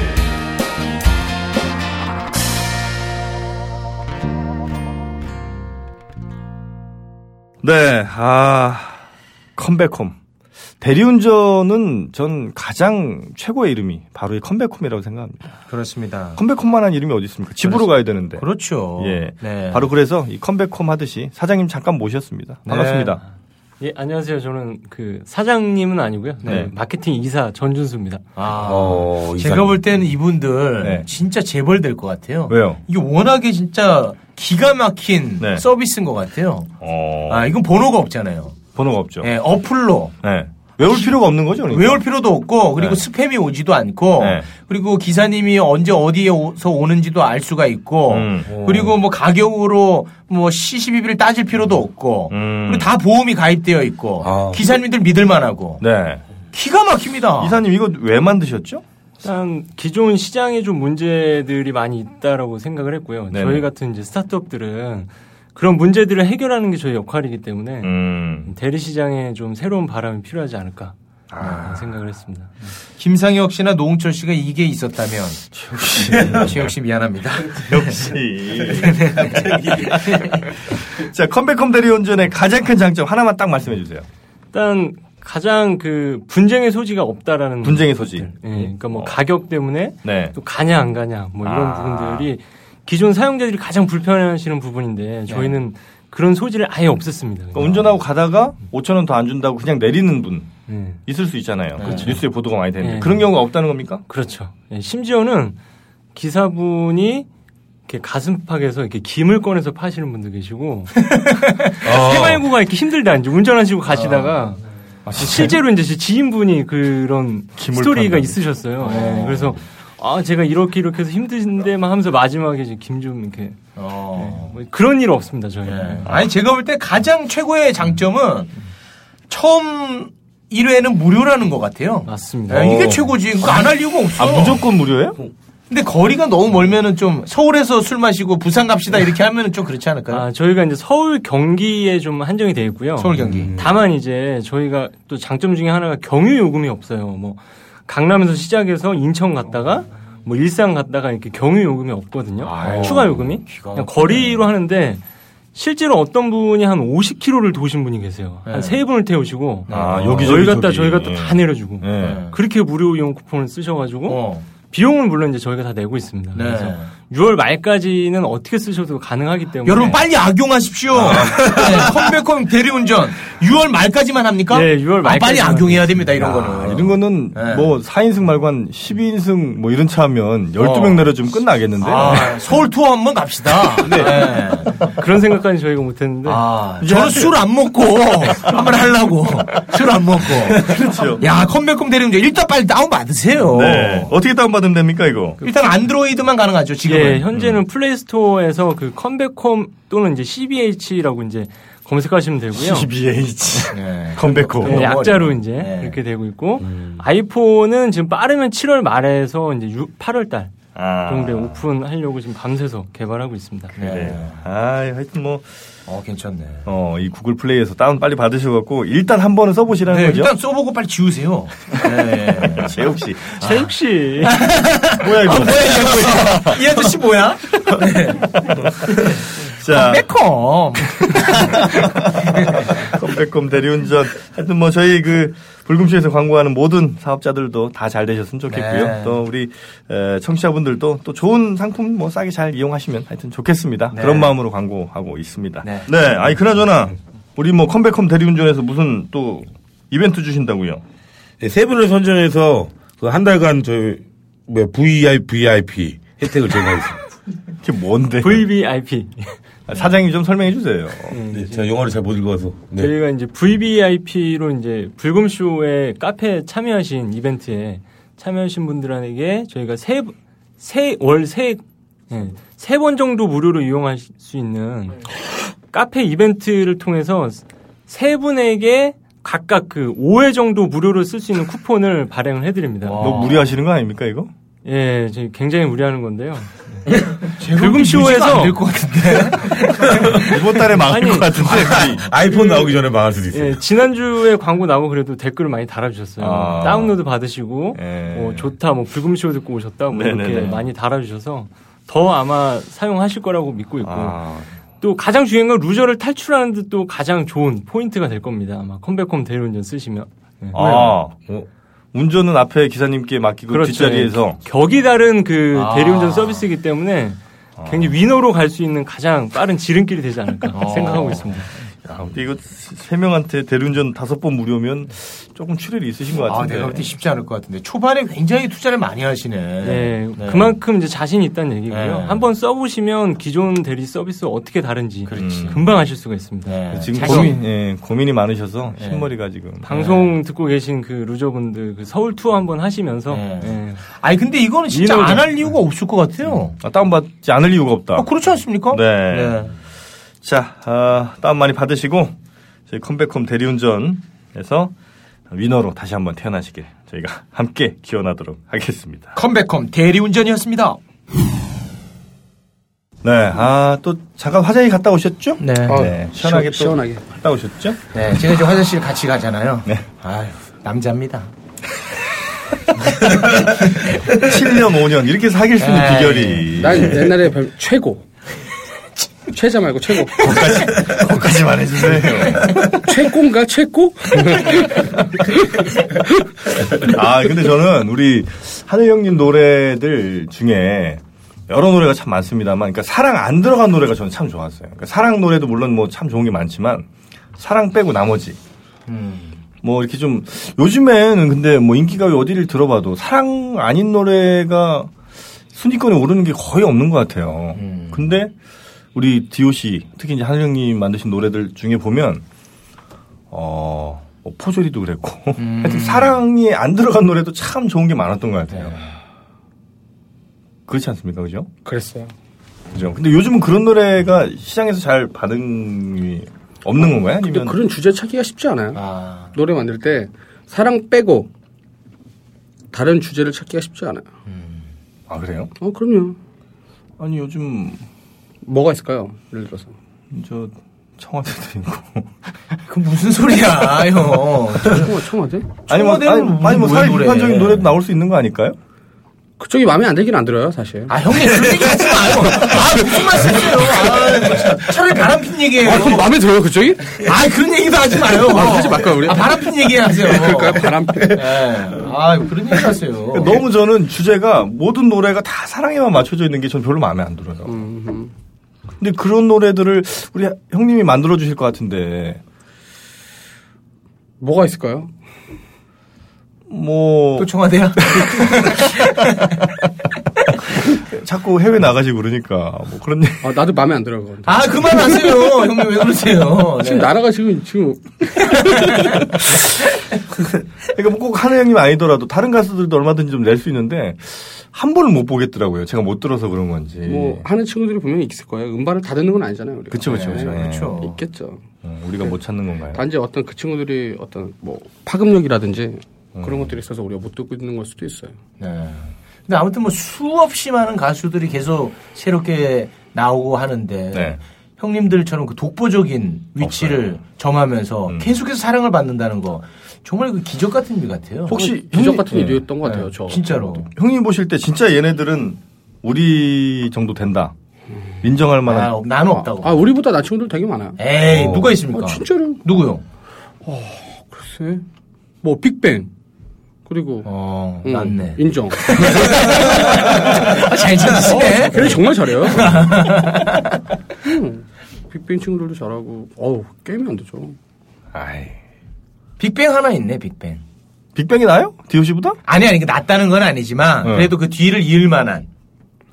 E: 네, 아, 컴백홈. 대리운전은 전 가장 최고의 이름이 바로 이 컴백홈이라고 생각합니다.
F: 그렇습니다.
E: 컴백홈만한 이름이 어디 있습니까? 집으로 가야 되는데.
F: 아. 그렇죠.
E: 예.
F: 네.
E: 바로 그래서 이 컴백홈 하듯이 사장님 잠깐 모셨습니다.
F: 네.
E: 반갑습니다.
J: 예, 안녕하세요. 저는 그 사장님은 아니고요. 네,
E: 네.
J: 마케팅 이사 전준수입니다.
F: 아,
G: 어,
F: 제가
G: 이사님.
F: 볼 때는 이분들
E: 네.
F: 진짜 재벌 될 것 같아요.
E: 왜요?
F: 이게 워낙에 진짜 기가 막힌
E: 네.
F: 서비스인 것 같아요.
E: 어,
F: 아, 이건 번호가 없잖아요.
E: 번호가 없죠.
F: 예, 어플로
E: 네. 외울 필요가 없는 거죠. 그러니까?
F: 외울 필요도 없고 그리고
E: 네.
F: 스팸이 오지도 않고
E: 네.
F: 그리고 기사님이 언제 어디에서 오는지도 알 수가 있고
E: 음.
F: 그리고 뭐 가격으로 뭐 시시비비를 따질 필요도 없고
E: 음.
F: 그리고 다 보험이 가입되어 있고
G: 아.
F: 기사님들 믿을만하고
E: 네.
F: 기가 막힙니다.
E: 이사님 이거 왜 만드셨죠?
J: 일단 기존 시장에 좀 문제들이 많이 있다라고 생각을 했고요.
E: 네네.
J: 저희 같은 이제 스타트업들은 그런 문제들을 해결하는 게 저희 역할이기 때문에
E: 음.
J: 대리 시장에 좀 새로운 바람이 필요하지 않을까 생각을 했습니다.
F: 김상혁 씨나 노홍철 씨가 이게 있었다면 최욱 씨, 최욱 씨
E: *laughs*
F: 미안합니다.
E: 역시.
J: 네.
E: *laughs* 자, 컴백컴 대리운전의 가장 큰 장점 하나만 딱 말씀해 주세요.
J: 일단 가장 그 분쟁의 소지가 없다라는
E: 분쟁의 소지.
J: 것들. 예, 그러니까 뭐
E: 어.
J: 가격 때문에
E: 네.
J: 또 가냐 안 가냐 뭐 이런
E: 아.
J: 부분들이 기존 사용자들이 가장 불편해하시는
E: 네.
J: 부분인데 저희는 그런 소지를 아예 없앴습니다.
E: 그러니까 운전하고 가다가 5천 원 더 안 준다고 그냥 내리는 분
J: 예,
E: 있을 수 있잖아요.
F: 그렇죠.
E: 뉴스에 보도가 많이 되는데
J: 네.
E: 그런 경우가 없다는 겁니까?
J: 그렇죠. 예, 심지어는 기사분이 이렇게 가슴팍에서 이렇게 김을 꺼내서 파시는 분도
E: *laughs*
J: 계시고
E: 어.
J: 해발구가 이렇게 힘들다 이제 운전하시고
E: 아.
J: 가시다가 아, 실제로 이제 제 지인분이 그런
E: 김을
J: 스토리가
E: 판다고.
J: 있으셨어요. 예, 그래서 아 제가 이렇게 이렇게 해서 힘든데만 하면서 마지막에 이제 김 좀 이렇게
F: 어.
J: 뭐 그런 일 없습니다 저희.
F: 네. 아니 제가 볼 때 가장 최고의 장점은 처음 1회는 무료라는 것 같아요.
J: 맞습니다.
F: 네, 이게 최고지. 그거 안 할 이유가 없어.
E: 아, 무조건 무료예요?
F: 근데 거리가 너무 멀면은 좀 서울에서 술 마시고 부산 갑시다 이렇게 하면은 좀 그렇지 않을까요?
J: 아, 저희가 이제 서울 경기에 좀 한정이 돼 있고요.
F: 서울 경기.
J: 음. 다만 이제 저희가 또 장점 중에 하나가 경유 요금이 없어요. 뭐 강남에서 시작해서 인천 갔다가 뭐 일산 갔다가 이렇게 경유 요금이 없거든요.
F: 아유,
J: 추가 요금이
F: 기가
J: 그냥
F: 막히네.
J: 거리로 하는데 실제로 어떤 분이 한 50km를 도신 분이 계세요.
F: 네.
J: 한 세 분을 태우시고
E: 아,
J: 저희
E: 여기저기
J: 갔다
E: 저기.
J: 저희 갔다
E: 예.
J: 다 내려주고
E: 네.
J: 그렇게 무료 이용 쿠폰을 쓰셔가지고
F: 어.
J: 비용은 물론 이제 저희가 다 내고 있습니다.
F: 네.
J: 그래서 6월 말까지는 어떻게 쓰셔도 가능하기 때문에
F: 여러분 빨리 악용하십시오. 네, 컴백홈 대리운전 6월 말까지만 합니까?
J: 네, 6월
F: 아, 빨리
J: 말까지만
F: 악용해야 됩니다 이런
E: 아,
F: 거는.
E: 이런 거는
F: 네.
E: 뭐 4인승 말고 한 12인승 뭐 이런 차 하면 12명
F: 어.
E: 내려주면 끝나겠는데.
F: 아, 서울 투어 한번 갑시다. 네.
J: 그런 생각까지 저희가 못했는데
F: 아, 저는 술
G: *laughs*
F: 안 먹고 한번 하려고 술 안 먹고.
E: 그렇죠.
F: 야 컴백홈 대리운전 일단 빨리 다운 받으세요.
E: 네. 어떻게 다운받으면 됩니까, 이거?
F: 일단 안드로이드만 가능하죠 지금은.
J: 예, 현재는 플레이스토어에서 그 컴백홈 또는 이제 CBH라고 이제 검색하시면 되고요.
E: BH.
G: 예,
F: 네.
E: 컴백홈.
J: 네, 약자로 이제
F: 네.
J: 그렇게 되고 있고 아이폰은 지금 빠르면 7월 말에서 이제 8월 달
E: 아.
J: 정도에 오픈하려고 지금 밤새서 개발하고 있습니다.
F: 네.
E: 아, 하여튼 뭐,
F: 어 괜찮네.
E: 어, 이 구글 플레이에서 다운 빨리 받으셔갖고, 일단 한 번은 써보시라는
F: 네,
E: 거죠?
F: 일단 써보고 빨리 지우세요.
G: *laughs*
F: 네.
E: 제욱씨.
J: 체육 씨
E: 뭐야, 이거.
F: 아, 뭐야 이 아저씨? 이 아저씨 뭐야?
E: 자,
F: 매콤.
E: 컴백컴 대리운전. 하여튼 뭐, 저희 그, 불금쇼에서 광고하는 모든 사업자들도 다 잘 되셨으면 좋겠고요.
F: 네.
E: 또 우리 에, 청취자분들도 또 좋은 상품 뭐 싸게 잘 이용하시면 하여튼 좋겠습니다.
F: 네.
E: 그런 마음으로 광고하고 있습니다.
F: 네.
E: 네, 아니 그나저나 우리 뭐 컴백컴 대리운전에서 무슨 또 이벤트 주신다고요?
G: 네, 세 분을 선정해서 그 한 달간 저희 뭐 VIP VIP 혜택을 제공하겠습니다.
E: 이게 뭔데? 아,
J: VVIP
E: 사장님 좀 설명해 주세요.
F: 음.
G: 네, 제가 영어를 잘 못 읽어서. 네.
J: 저희가 이제 VVIP로 이제 불금쇼에 카페 참여하신 이벤트에 참여하신 분들에게 저희가 네, 세세월세세 번 정도 무료로 이용할 수 있는 카페 이벤트를 통해서 세 분에게 각각 그 5회 정도 무료로 쓸 수 있는 쿠폰을 발행을 해드립니다.
E: 너 무리하시는 거 아닙니까 이거?
G: *laughs*
J: 예, 저희 굉장히
F: *laughs*
J: 무리하는 건데요. 불금쇼에서
F: 안될것
J: 같은데
E: 이번 달에 망할 것 같은데.
G: 아이폰 나오기 전에 망할 수도 있어요.
J: 예, 지난주에 광고 나오고 그래도 댓글을 많이 달아주셨어요.
G: 아.
J: 다운로드 받으시고
E: 예.
J: 뭐 좋다, 뭐 불금쇼 듣고 오셨다, 뭐 이렇게
G: 네네네.
J: 많이 달아주셔서 더 아마 사용하실 거라고 믿고 있고
E: 아.
J: 또 가장 중요한 건 루저를 탈출하는 데 또 가장 좋은 포인트가 될 겁니다. 아마 컴백홈 대리운전 쓰시면. 예.
E: 아, 운전은 앞에 기사님께 맡기고
J: 그렇죠.
E: 뒷자리에서
J: 격이 다른 그
E: 아.
J: 대리운전 서비스이기 때문에 굉장히 위너로 갈 수 있는 가장 빠른 지름길이 되지 않을까
E: 어.
J: 생각하고 있습니다.
E: 야, 아, 근데 이거 세 명한테 대리운전 다섯 번 무료면 조금 출혈이 있으신 것
F: 아,
E: 같은데.
F: 내가 볼 때 쉽지 않을 것 같은데. 초반에 굉장히 투자를 많이 하시네.
J: 네, 그만큼 이제 자신이 있다는 얘기고요.
F: 네.
J: 한번 써보시면 기존 대리 서비스 어떻게 다른지 금방 아실 수가 있습니다.
F: 네.
E: 지금
J: 자신-
E: 고민, 예, 고민이 많으셔서 흰머리가 지금. 예.
F: 네.
J: 방송 듣고 계신 그 루저분들 그 서울 투어 한번 하시면서.
F: 네.
J: 네.
F: 아니 근데 이거는 진짜
J: 민원을-
F: 안 할 이유가 음. 없을 것 같아요.
E: 아, 다운받지 않을 이유가 없다.
F: 아, 그렇지 않습니까?
E: 네. 자, 아, 다운 많이 받으시고 저희 컴백홈 대리운전에서 위너로 다시 한번 태어나시길 저희가 함께 기원하도록 하겠습니다.
F: 컴백홈 대리운전이었습니다.
E: 네, 아, 또 잠깐 화장실 갔다 오셨죠?
F: 네.
E: 네, 시원하게 또
F: 시- 시원하게.
E: 갔다 오셨죠?
F: 네, *laughs* 제가 이제 화장실 같이 가잖아요.
E: 네.
F: 아유, 남자입니다.
E: 7년, 5년 이렇게 사귈 수 있는
F: 에이,
E: 비결이.
D: 난 옛날에 별- 최고. 최자 말고 최고.
E: 거기까지만 해주세요.
D: 최고인가 최고?
E: *laughs* 아, 근데 저는 우리 하늘 형님 노래들 중에 여러 노래가 참 많습니다만, 그러니까 사랑 안 들어간 노래가 저는 참 좋았어요. 그러니까 사랑 노래도 물론 뭐 참 좋은 게 많지만, 사랑 빼고 나머지.
F: 음.
E: 뭐 이렇게 좀, 요즘에는 근데 뭐 인기가 어디를 들어봐도 사랑 아닌 노래가 순위권에 오르는 게 거의 없는 것 같아요.
F: 음.
E: 근데 우리 DOC, 특히 이제 하늘 형님 만드신 노래들 중에 보면, 어, 뭐 포조리도 그랬고,
F: 음.
E: *laughs* 하여튼 사랑이 안 들어간 노래도 참 좋은 게 많았던 것
F: 네.
E: 같아요. 그렇지 않습니까? 그죠?
D: 그랬어요.
E: 그죠. 근데 요즘은 그런 노래가 시장에서 잘 반응이 없는 건가요?
D: 근데
E: 아니면
D: 그런 주제 찾기가 쉽지 않아요.
F: 아.
D: 노래 만들 때 사랑 빼고 다른 주제를 찾기가 쉽지 않아요.
E: 아 그래요?
D: 어 그럼요.
E: 아니 요즘
D: 뭐가 있을까요? 예를 들어서
E: 저 청와대도 있고
F: 그 무슨 소리야, 형.
D: 청와, 청와대?
E: 아니 뭐 아니,
F: 청와대는
E: 아니 뭐
F: 왜
E: 사회
F: 노래?
E: 비판적인 노래도 나올 수 있는 거 아닐까요?
D: 그쪽이 마음에 안 들긴 안 들어요 사실.
F: 아, 형님, 그런 얘기 하지 마요. 아, 무슨 말씀이세요? 아, 참, 차라리 바람핀 얘기예요.
D: 아, 그럼 마음에 들어요 그쪽이?
F: 아, 그런 얘기도 하지 마요. 네,
D: 아, 하지 말까요, 우리?
F: 뭐, 아, 바람핀 얘기 하세요.
D: 그럴까요? 바람핀.
F: 예. 아, 그런 얘기 *laughs* 하세요.
E: 너무 저는 주제가 모든 노래가 다 사랑에만 맞춰져 있는 게 전 별로 마음에 안 들어요. 근데 그런 노래들을 우리 형님이 만들어 주실 것 같은데
D: 뭐가 있을까요?
E: 뭐
F: 또 청와대야?
E: 자꾸 해외 나가시고 그러니까 뭐 그런 얘기- *laughs*
D: 아, 나도 마음에 안 들어요 그건.
F: 아, 그만하세요. 형님, 왜 그러세요?
D: 아, 지금
F: 네.
D: 나라가 지금 지금
E: 그러니까 뭐꼭 한우 형님 아니더라도 다른 가수들도 얼마든지 좀 낼 수 있는데 한 번을 못 보겠더라고요. 제가 못 들어서 그런
F: 예.
E: 건지.
D: 뭐 하는 친구들이 분명히 있을 거예요. 음반을 다 듣는 건 아니잖아요 우리가.
E: 그쵸 그쵸 그쵸.
D: 네.
E: 예.
F: 그렇죠.
D: 있겠죠.
E: 어, 우리가 못 찾는
F: 네.
E: 건가요?
D: 단지 어떤 그 친구들이 어떤 뭐 파급력이라든지
F: 음.
D: 그런 것들이 있어서 우리가 못 듣고 있는 걸 수도 있어요.
F: 네. 근데 아무튼 뭐 수없이 많은 가수들이 계속 새롭게 나오고 하는데
E: 네.
F: 형님들처럼 그 독보적인 위치를 점하면서
E: 음.
F: 계속해서 사랑을 받는다는 거 정말 그 기적 같은 일 같아요. 어,
E: 혹시
D: 기적
E: 형님-
D: 같은
F: 네.
E: 예.
D: 일이었던 것 같아요. 저
F: 진짜로.
E: 형님 보실 때 진짜 얘네들은 우리 정도 된다. 인정할 만한
F: 아, 나는 없다고.
D: 아 우리보다 나 친구들 되게 많아요.
F: 에이
E: 어.
F: 누가 있습니까?
D: 아, 진짜로
F: 누구요?
D: 글쎄 뭐 빅뱅 그리고
F: 어
D: 음,
F: 낫네.
D: 인정.
F: *laughs* 아, 잘 찾으시네.
D: 어, 걔네 정말 잘해요. 음, 빅뱅 친구들도 잘하고 어우 게임이 안 되죠.
E: 아이.
F: 빅뱅 하나 있네 빅뱅.
E: 빅뱅이 나요? DOC보다?
F: 아니 아니 그 낫다는 건 아니지만
E: 네.
F: 그래도 그 뒤를 이을 만한.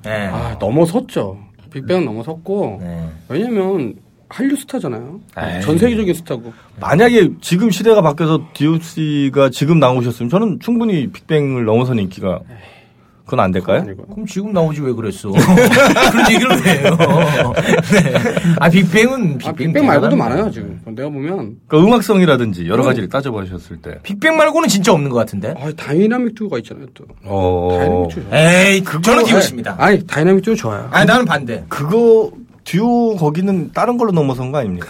F: 예.
D: 아 넘어섰죠. 빅뱅은 넘어섰고
F: 음. 네.
D: 왜냐면 한류 스타잖아요.
E: 에이.
D: 전 세계적인 스타고.
E: 만약에 지금 시대가 바뀌어서 DOC가 지금 나오셨으면 저는 충분히 빅뱅을 넘어선 인기가 그건 안 될까요?
F: 그럼 지금 나오지 왜 그랬어? *laughs* 그런 얘기를 왜 해요? 네. 아, 빅뱅은 빅뱅, 음.
D: 아, 빅뱅 말고도
F: 대단합니다.
D: 많아요 지금. 내가 보면
E: 그러니까 음악성이라든지 여러 가지를 따져보셨을 때.
F: 빅뱅 말고는 진짜 없는 것 같은데.
D: 아, 다이나믹 듀오가 있잖아요 또.
E: 어.
F: 에이, 저는 디오십니다.
D: 네. 아니 다이나믹 듀오 좋아요.
F: 아, 나는 반대.
E: 그거 듀오 거기는 다른 걸로 넘어선 거 아닙니까?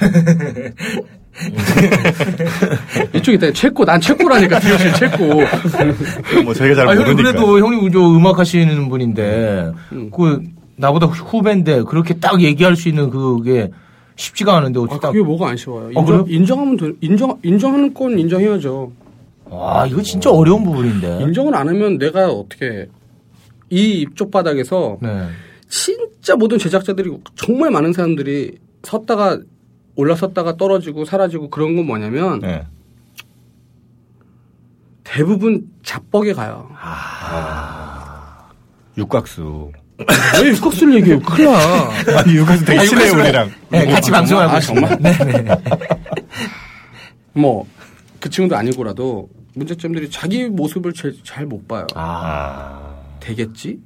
D: 이쪽이 다 체코 난 체코라니까 디오실 체코.
E: *laughs*
F: *laughs*
E: 뭐 저희가 잘
F: 아, 형님
E: 모르니까.
F: 그래도 형님 저 음악 하시는 분인데
D: 음.
F: 그 나보다 후배인데 그렇게 딱 얘기할 수 있는 그게 쉽지가 않은데 어떻게
D: 아,
F: 딱
D: 그게 뭐가 안 쉬워요.
F: 아, 그래요?
D: 인정, 인정하면 돼. 인정 인정하는 건 인정해야죠.
F: 아, 이거 진짜 어려운 부분인데.
D: 인정을 안 하면 내가 어떻게 이 이쪽 바닥에서
F: 네.
D: 진짜 모든 제작자들이 정말 많은 사람들이 섰다가 올라섰다가 떨어지고 사라지고 그런 건 뭐냐면
F: 아,
E: 네.
D: 대부분 자뻑에 가요.
E: 육각수.
D: 왜 육각수를 얘기해요? 큰일 나.
E: 아니 육각수 되게 친해요 우리랑.
F: 네, 같이 방송하고
D: 아,
F: 있습니다.
D: 정말?
F: 네, 네.
D: 뭐 그 친구도 아니고라도 문제점들이 자기 모습을 잘 못 봐요.
F: 아.
D: 되겠지?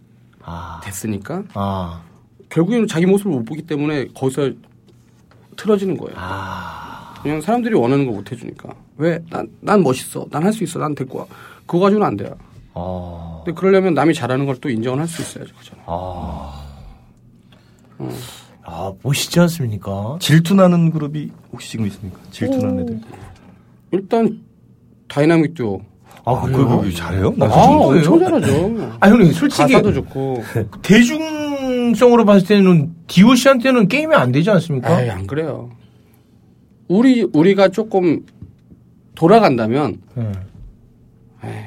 F: 아.
D: 됐으니까
F: 아.
D: 결국에는 자기 모습을 못 보기 때문에 거기서 틀어지는 거예요.
F: 아.
D: 그냥 사람들이 원하는 거 못 해주니까 왜 난 난 멋있어, 난 할 수 있어, 난 될 거야. 그거 가지고는 안 돼요.
F: 아.
D: 근데 그러려면 남이 잘하는 걸 또 인정을 할 수 있어야죠. 그잖아요.
F: 아. 아, 멋있지 않습니까?
E: 질투나는 그룹이 혹시 지금 있습니까? 질투나는 애들.
D: 일단 다이나믹 듀오.
F: 아, 그래요?
E: 그거 잘해요? 나
F: 아,
D: 아,
E: 솔직히.
D: 엄청
F: 그래요?
D: 잘하죠.
F: 아, 형님, 솔직히
D: 가사도 좋고.
F: 대중성으로 봤을 때는 디오 씨한테는 게임이 안 되지 않습니까?
D: 에이, 안 그래요. 우리 우리가 조금 돌아간다면
F: 네.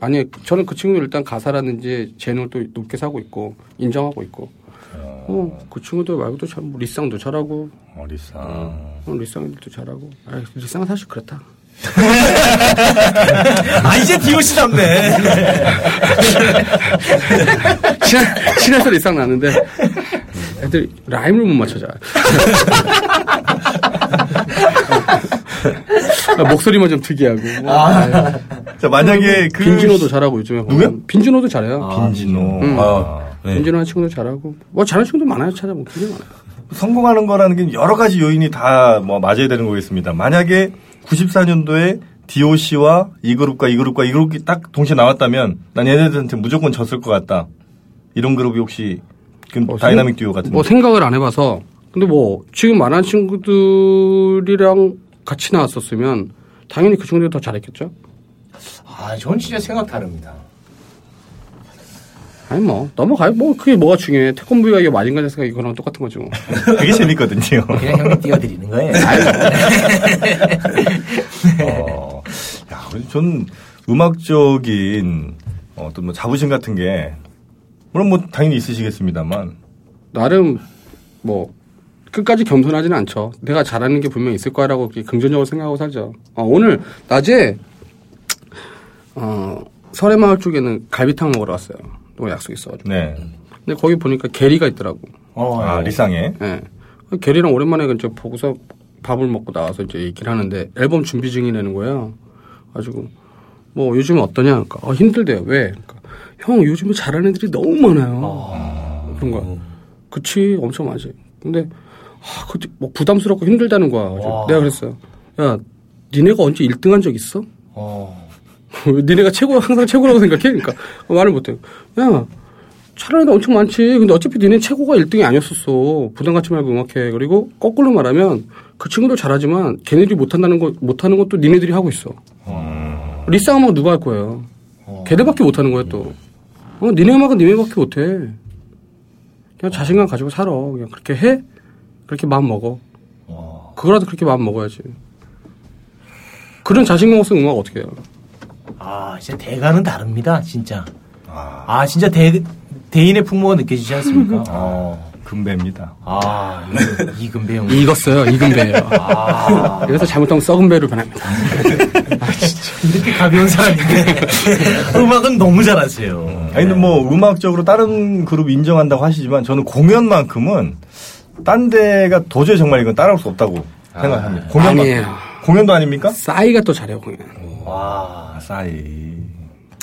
D: 아니 저는 그 친구 일단 가사라든지 재능을 또 높게 사고 있고 인정하고 있고 어, 그 친구들 말고도 참 리쌍도 잘하고
E: 어리싸.
D: 어, 리쌍들도 잘하고 아, 리쌍은 사실 그렇다.
F: 아, 이제 디오 씨답네.
D: 친한 *laughs* 친해서 리쌍 나는데 애들 라임을 못 맞춰 잘. *laughs* 아, 목소리만 좀 특이하고 뭐. 아,
E: 자 만약에 그
D: 빈진호도 잘하고 요즘에 보면.
E: 누구요?
D: 빈진호도 잘해요.
E: 빈진호.
D: 음.
E: 아, 네.
D: 민준호 친구도 잘하고 뭐 잘하는 친구도 많아요 찾아보면 굉장히 많아요
E: 성공하는 거라는 게 여러 가지 요인이 다 뭐 맞아야 되는 거겠습니다. 만약에 94년도에 DOC와 이 그룹과 이 그룹과 이 그룹이 딱 동시에 나왔다면 난 얘네들한테 무조건 졌을 것 같다. 이런 그룹이 혹시 그
D: 어,
E: 다이나믹 듀오 같은
D: 뭐 생각을 안 해봐서 근데 뭐 지금 말한 친구들이랑 같이 나왔었으면 당연히 그 친구들이 더 잘했겠죠
F: 아, 전 진짜 생각 다릅니다.
D: 아니 뭐 넘어가요 뭐 그게 뭐가 중요해 태권브이가 이거 마징가 생각이 그거랑 똑같은 거지 뭐
E: 거 *laughs* 되게 재밌거든요.
F: *laughs* 그냥 형님 띄워드리는 거예요. 네.
E: 어, 야, 그래서 저는 음악적인 어떤 뭐 자부심 같은 게 물론 뭐 당연히 있으시겠습니다만
D: 나름 뭐 끝까지 겸손하지는 않죠. 내가 잘하는 게 분명 있을 거라고 이렇게 긍정적으로 생각하고 살죠. 어, 오늘 낮에 어, 설해마을 쪽에는 갈비탕 먹으러 갔어요. 또 약속 있어가지고.
E: 네.
D: 근데 거기 보니까 게리가 있더라고.
F: 어,
E: 아, 리쌍에
D: 예. 게리랑 오랜만에 이제 보고서 밥을 먹고 나와서 이제 얘기를 하는데 앨범 준비 중이라는 거예요. 가지고 뭐 요즘 어떠냐? 그러니까 어, 힘들대요. 왜? 그러니까 형 요즘에 잘하는 애들이 너무 많아요. 그런 거야. 그치 엄청 많지. 근데 아, 그때 뭐 부담스럽고 힘들다는 거야. 그래서
F: 와.
D: 내가 그랬어요. 야, 니네가 언제 1등한 적 있어?
F: 어.
D: 왜 *laughs* 니네가 최고 항상 최고라고 생각해? 그러니까 어, 말을 못해요. 야 차라리 나 엄청 많지. 근데 어차피 니네 최고가 1등이 아니었었어. 부담 갖지 말고 음악해. 그리고 거꾸로 말하면 그 친구들 잘하지만 걔네들이 못한다는 거 못하는 것도 니네들이 하고 있어. 리쌍 음악 누가 할 거예요? 걔네밖에 못하는 거야 또. 어 니네 음악은 니네밖에 못해. 그냥 자신감 가지고 살아. 그냥 그렇게 해. 그렇게 마음 먹어. 그거라도 그렇게 마음 먹어야지. 그런 자신감 없으면 음악 어떻게 해요?
F: 아, 진짜 대가는 다릅니다, 진짜. 아, 진짜 대, 대인의 풍모가 느껴지지
E: *laughs*
F: 않습니까? 어.
E: 금배입니다.
F: 아, 이금배 형.
D: 익었어요. 익은 배예요.
F: 아,
D: 여기서 잘못하면 썩은 배로 변합니다.
F: 이렇게 가벼운 *laughs* 사람인데. 음악은 너무 잘하세요.
E: 아니 근데 뭐 음악적으로 다른 그룹 인정한다고 하시지만 저는 공연만큼은 딴 데가 도저히 정말 이건 따라올 수 없다고
F: 아,
E: 생각합니다. 공연만
D: 아니에요.
E: 공연도 아닙니까?
D: 싸이가 또 잘해요, 공연.
E: 와 싸이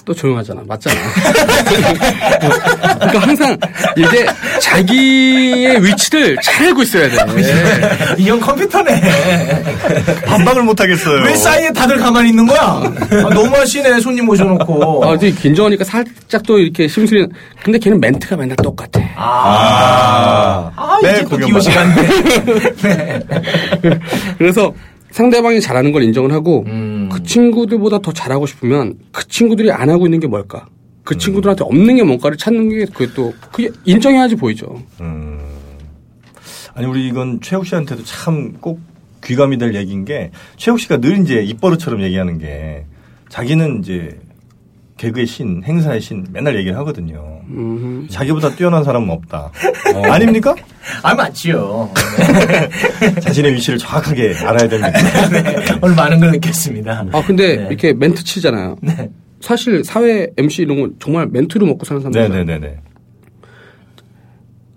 D: 또 조용하잖아. 맞잖아. 그러니까 항상 이게 자기의 위치를 잘 알고 있어야 돼.
F: 네. 이 형 컴퓨터네.
E: *laughs* 반박을 못 하겠어요.
F: 왜 사이에 다들 가만히 있는 거야? 아, 너무 하시네 손님 모셔놓고.
D: 아, 근데 긴장하니까 살짝 또 이렇게 심술이. 근데 걔는 멘트가 맨날 똑같아.
F: 아, 아,
E: 네,
F: 이제 또
E: 공연
F: 기호
E: 봐라.
F: 시간인데.
D: *laughs* 그래서 상대방이 잘하는 걸 인정을 하고 그 친구들보다 더 잘하고 싶으면 그 친구들이 안 하고 있는 게 뭘까? 그 친구들한테 없는 게 뭔가를 찾는 게 그게 또 그게 인정해야지 보이죠.
E: 음. 아니 우리 이건 최욱 씨한테도 참 꼭 귀감이 될 얘기인 게 최욱 씨가 늘 이제 입버릇처럼 얘기하는 게 자기는 이제 개그의 신, 행사의 신 맨날 얘기를 하거든요.
D: 음.
E: 자기보다 뛰어난 사람은 없다. 아닙니까?
F: 아, 맞지요.
E: 자신의 위치를 정확하게 알아야 됩니다.
F: 오늘 많은 걸 느꼈습니다.
D: 아 근데
F: 네.
D: 이렇게 멘트 치잖아요.
F: 네.
D: 사실 사회 MC 이런 건 정말 멘트로 먹고 사는 사람들.
E: 네네네네.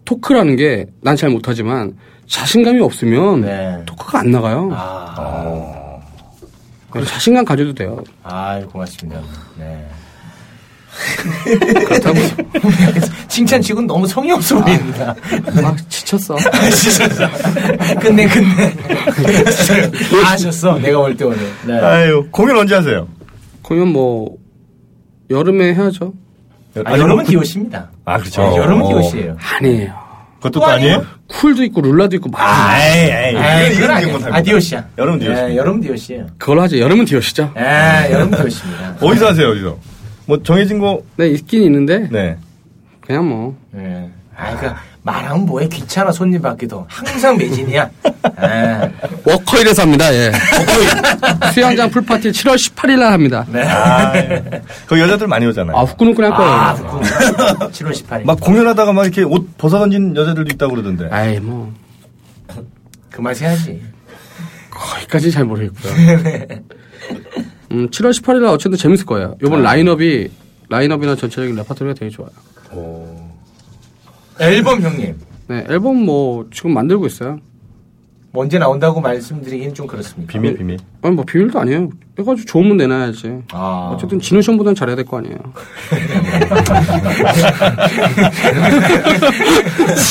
D: 토크라는 게 난 잘 못하지만 자신감이 없으면
F: 네.
D: 토크가 안 나가요.
F: 아,
D: 그래서 자신감 가져도 돼요.
F: 아 고맙습니다. 네. *laughs*
D: 그렇다고
F: 칭찬 치고는 너무 성의 없어 보입니다.
D: *laughs* 막 지쳤어.
F: 아시셨어? 끝내, 끝내. 아셨어? 내가 올 때 오늘. 네.
E: 아유 공연 언제 하세요?
D: 그러면 뭐 여름에 해야죠.
F: 아, 여러분 기호십니다.
E: 아 그렇죠.
F: 네, 여러분
E: 어.
F: 기호시에요.
D: 아니에요.
E: 그것도 또 아니에요?
D: 쿨도 있고 룰라도 있고 막
E: 아이, 아이,
F: 아,
E: 이건
F: 이건
E: 이건
F: 아니에요.
E: 못합니다.
F: 아, 디오시야.
E: 여러분 디오시.
F: 네, 여러분 디오시예요.
D: 그걸 하지. 여름은 디오시죠.
F: 예, 여러분 디오시입니다.
E: 어디서 하세요 어디서? 뭐 정해진 거?
D: 네 있긴 있는데
E: 네.
D: 그냥 뭐
F: 예. 아, 그러니까 말하면 뭐해 귀찮아 손님 받기도 항상
J: *laughs*
F: 매진이야. 예.
D: 워커힐에서 합니다. 예. 워커힐 *laughs* 네. 수영장 풀파티 7월 18일 날 합니다.
E: 아, 예. 그 여자들 많이 오잖아요.
D: 아 후끈후끈할 거예요.
F: 아, 부끄러워. 7월 18일.
E: 막 공연하다가 막 이렇게 옷 벗어 던진 여자들도 있다고 그러던데.
D: 아이 뭐
F: 그말 해야지.
D: 거기까지 잘 *laughs* 모르겠고요. 네. 음, 7월 18일 날 어쨌든 재밌을 거예요. 이번 라인업이 라인업이나 전체적인 레파토리가 되게 좋아요.
F: 앨범 형님.
D: 네 앨범 뭐 지금 만들고 있어요.
F: 뭐 언제 나온다고 말씀드리긴 좀 그렇습니다.
E: 비밀 비밀.
D: 아니 뭐 비밀도 아니에요. 해가지고 좋으면 내놔야지.
F: 아.
D: 어쨌든 진우션보다는 잘해야 될 거 아니에요.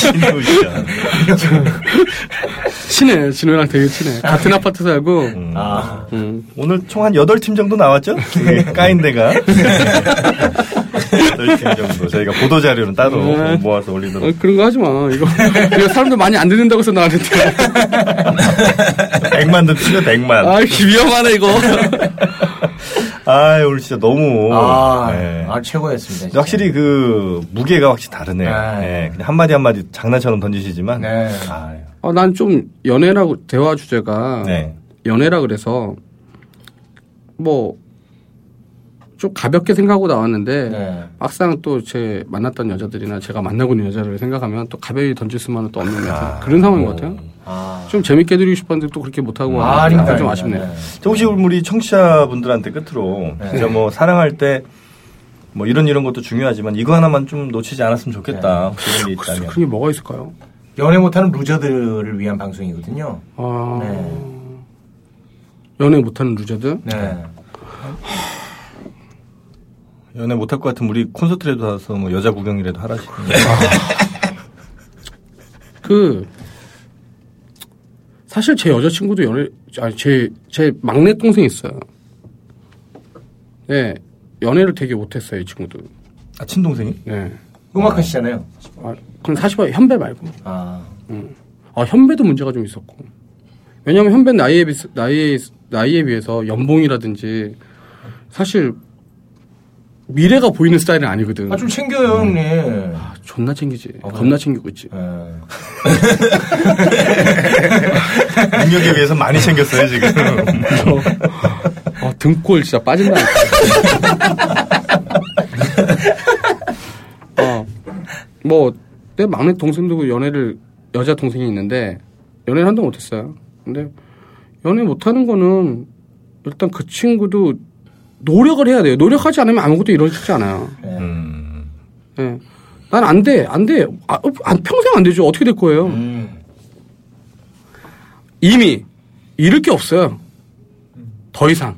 E: 진우 씨야.
D: 친해 진우랑 되게 친해. 같은 아파트 살고.
F: *laughs* 아.
D: 음.
E: 오늘 총 한 8팀 정도 나왔죠?
F: 네.
E: 예, 까인
F: *laughs*
E: 데가. 8팀 정도. 저희가 보도자료는 따로 뭐
D: 네.
E: 모아서
D: 어,
E: 올리도록.
D: 그런 거 하지 마. 이거, 이거 사람들 많이 안 듣는다고 해서 나왔는데.
E: 100만 더 치죠, 100만.
D: 아, 이거 위험하네,
F: *laughs*
D: 이거.
E: 아, 오늘 진짜 너무.
F: 아,
E: 예.
F: 아, 최고였습니다. 진짜.
E: 확실히 그 무게가 확실히 다르네요.
F: 아.
E: 예, 그냥 한마디 한마디 장난처럼 던지시지만.
F: 네.
E: 아,
D: 어, 난좀 연애라고, 대화
F: 음.
D: 주제가.
E: 네.
D: 연애라 그래서, 뭐, 좀 가볍게 생각하고 나왔는데,
F: 네.
D: 막상 또 제 만났던 여자들이나 제가 만나고 있는 여자를 생각하면 또 가벼이 던질 수만은 또 없는 같은 그런 상황인 것 같아요.
F: 아.
D: 좀 재밌게 해드리고 싶었는데 또 그렇게 못하고.
F: 아,
D: 약간
F: 아닙니다.
D: 좀
F: 아닙니다.
D: 아쉽네요.
F: 네.
E: 저 혹시 우리 청취자분들한테 끝으로
F: 네.
E: 진짜 뭐 사랑할 때 뭐 이런 이런 것도 중요하지만 이거 하나만 좀 놓치지 않았으면 좋겠다. 그런 게
D: 글쎄,
F: 네.
E: 있다면.
D: 그런 게 뭐가 있을까요?
F: 연애 못하는 루저들을 위한 방송이거든요.
D: 아,
F: 네.
D: 연애 못하는 루저들?
F: 네.
E: 연애 못할 것 같으면 우리 콘서트라도 가서 뭐 여자 구경이라도 하라시.
D: 그 사실 제 여자친구도 연애 아니 제 제 막내 동생 있어요. 네 연애를 되게 못했어요 이 친구도.
E: 아 *laughs* 친동생이?
D: 네.
F: 음악 하시잖아요.
D: 아, 그럼 사실 현배 말고.
F: 아.
D: 아 현배도 문제가 좀 있었고. 왜냐하면 현배 는 나이에 비 나이에 나이에 비해서 연봉이라든지 사실 미래가 보이는 스타일은 아니거든.
F: 아, 좀 챙겨요, 형님.
D: 아, 존나 챙기지.
F: 아, 그래요?
D: 겁나 챙기고 있지.
F: 예.
E: 능력에 비해서 많이 챙겼어요 지금.
D: 아, 등골 진짜 빠진다니까. 어, 뭐, 내 막내 동생도 연애를, 여자 동생이 있는데, 연애를 한동 못했어요. 근데, 연애 못하는 거는, 일단 그 친구도 노력을 해야 돼요. 노력하지 않으면 아무것도 이루어지지 않아요.
E: 음.
D: 예. 난 안 돼, 안 돼. 아, 어, 아, 평생 안 되죠. 어떻게 될 거예요?
F: 음.
D: 이미 잃을 게 없어요. 더 이상.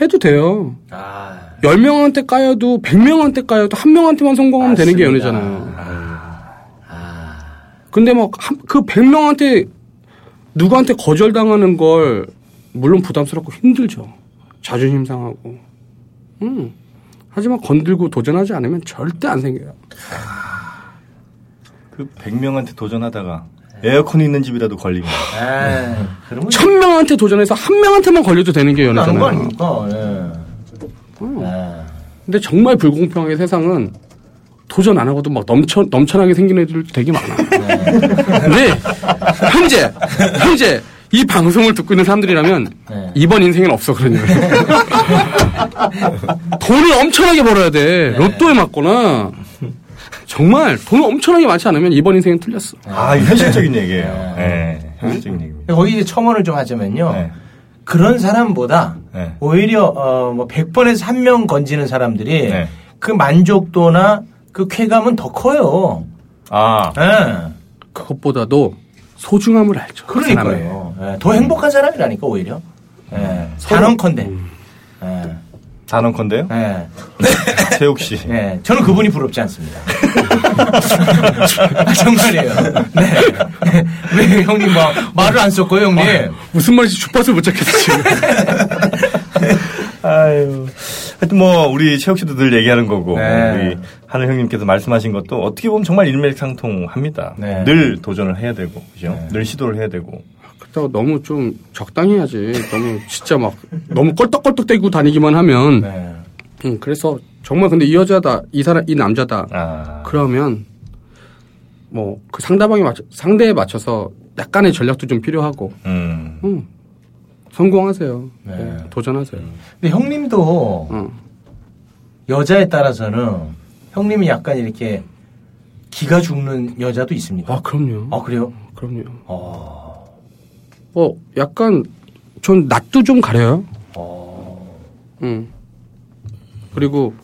D: 해도 돼요.
F: 아.
D: 10명한테 까여도 100명한테 까여도 한 명한테만 성공하면 되는 게
F: 맞습니다.
D: 연애잖아요. 근데 막 그 100명한테 누구한테 거절당하는 걸 물론 부담스럽고 힘들죠. 자존심 상하고. 음. 하지만 건들고 도전하지 않으면 절대 안 생겨요.
E: *laughs* 그 100명한테 도전하다가 에어컨 있는 집이라도 걸리면.
F: 아. 그러면
D: 천 명한테 도전해서 한 명한테만 걸려도 되는 게
F: 나는
D: 연애잖아요.
F: 거 아닙니까? 예.
D: 근데 정말 불공평하게 세상은 도전 안 하고도 막 넘쳐 넘쳐나게 생긴 애들 되게
F: *laughs*
D: 많아.
F: 네.
D: 근데 현재 현재 이 방송을 듣고 있는 사람들이라면
F: 네.
D: 이번 인생엔 없어 그런 일. 돈을 엄청나게 벌어야 돼.
F: 네.
D: 로또에 맞거나 정말 돈을 엄청나게 많지 않으면 이번 인생은 틀렸어.
E: 아, 이거 현실적인 얘기예요. 예. 현실적인 얘기.
F: 거기 이제 첨언을 좀 하자면요. 그런 사람보다 오히려 어뭐 100번에서 한 명 건지는
E: 네.
F: 사람들이 그 만족도나 그 쾌감은 더 커요. 예.
E: 아.
D: 그것보다도 소중함을 알죠. 그
F: 그러니까요. 예, 더 행복한 사람이라니까 오히려. 예. 단언컨대.
E: *laughs* 단언컨대요?
F: 예.
E: 세욱 씨.
F: 예. 저는 그분이 부럽지 않습니다. *laughs* 아, 정말이에요. 네. 왜 형님 막 말을 안 썼고요, 형님.
D: 무슨 말인지 주파수 못 잡겠어 지금.
E: 아유. 하여튼 뭐 우리 최욱 씨도 늘 얘기하는 거고
F: 네.
E: 우리 하늘 형님께서 말씀하신 것도 어떻게 보면 정말 일맥상통합니다.
F: 네.
E: 늘 도전을 해야 되고 그죠? 늘 시도를 해야 되고.
D: 그렇다고 너무 좀 적당히 해야지. 너무 진짜 막 너무 껄떡껄떡대고 다니기만 하면.
F: 네. 예.
D: 응, 그래서 정말 근데 이 여자다, 이 사람, 이 남자다.
E: 네. 아.
D: 그러면 뭐 그 상대방에 맞춰 상대에 맞춰서 약간의 전략도 좀 필요하고.
E: 음.
D: 응. 성공하세요. 네, 도전하세요.
F: 근데 형님도 여자에 따라서는 형님이 약간 이렇게 기가 죽는 여자도 있습니까?
D: 아, 그럼요.
F: 아, 그래요?
D: 그럼요.
F: 아.
D: 어, 약간 전 낯도 좀 가려요.
F: 아.
D: 응. 그리고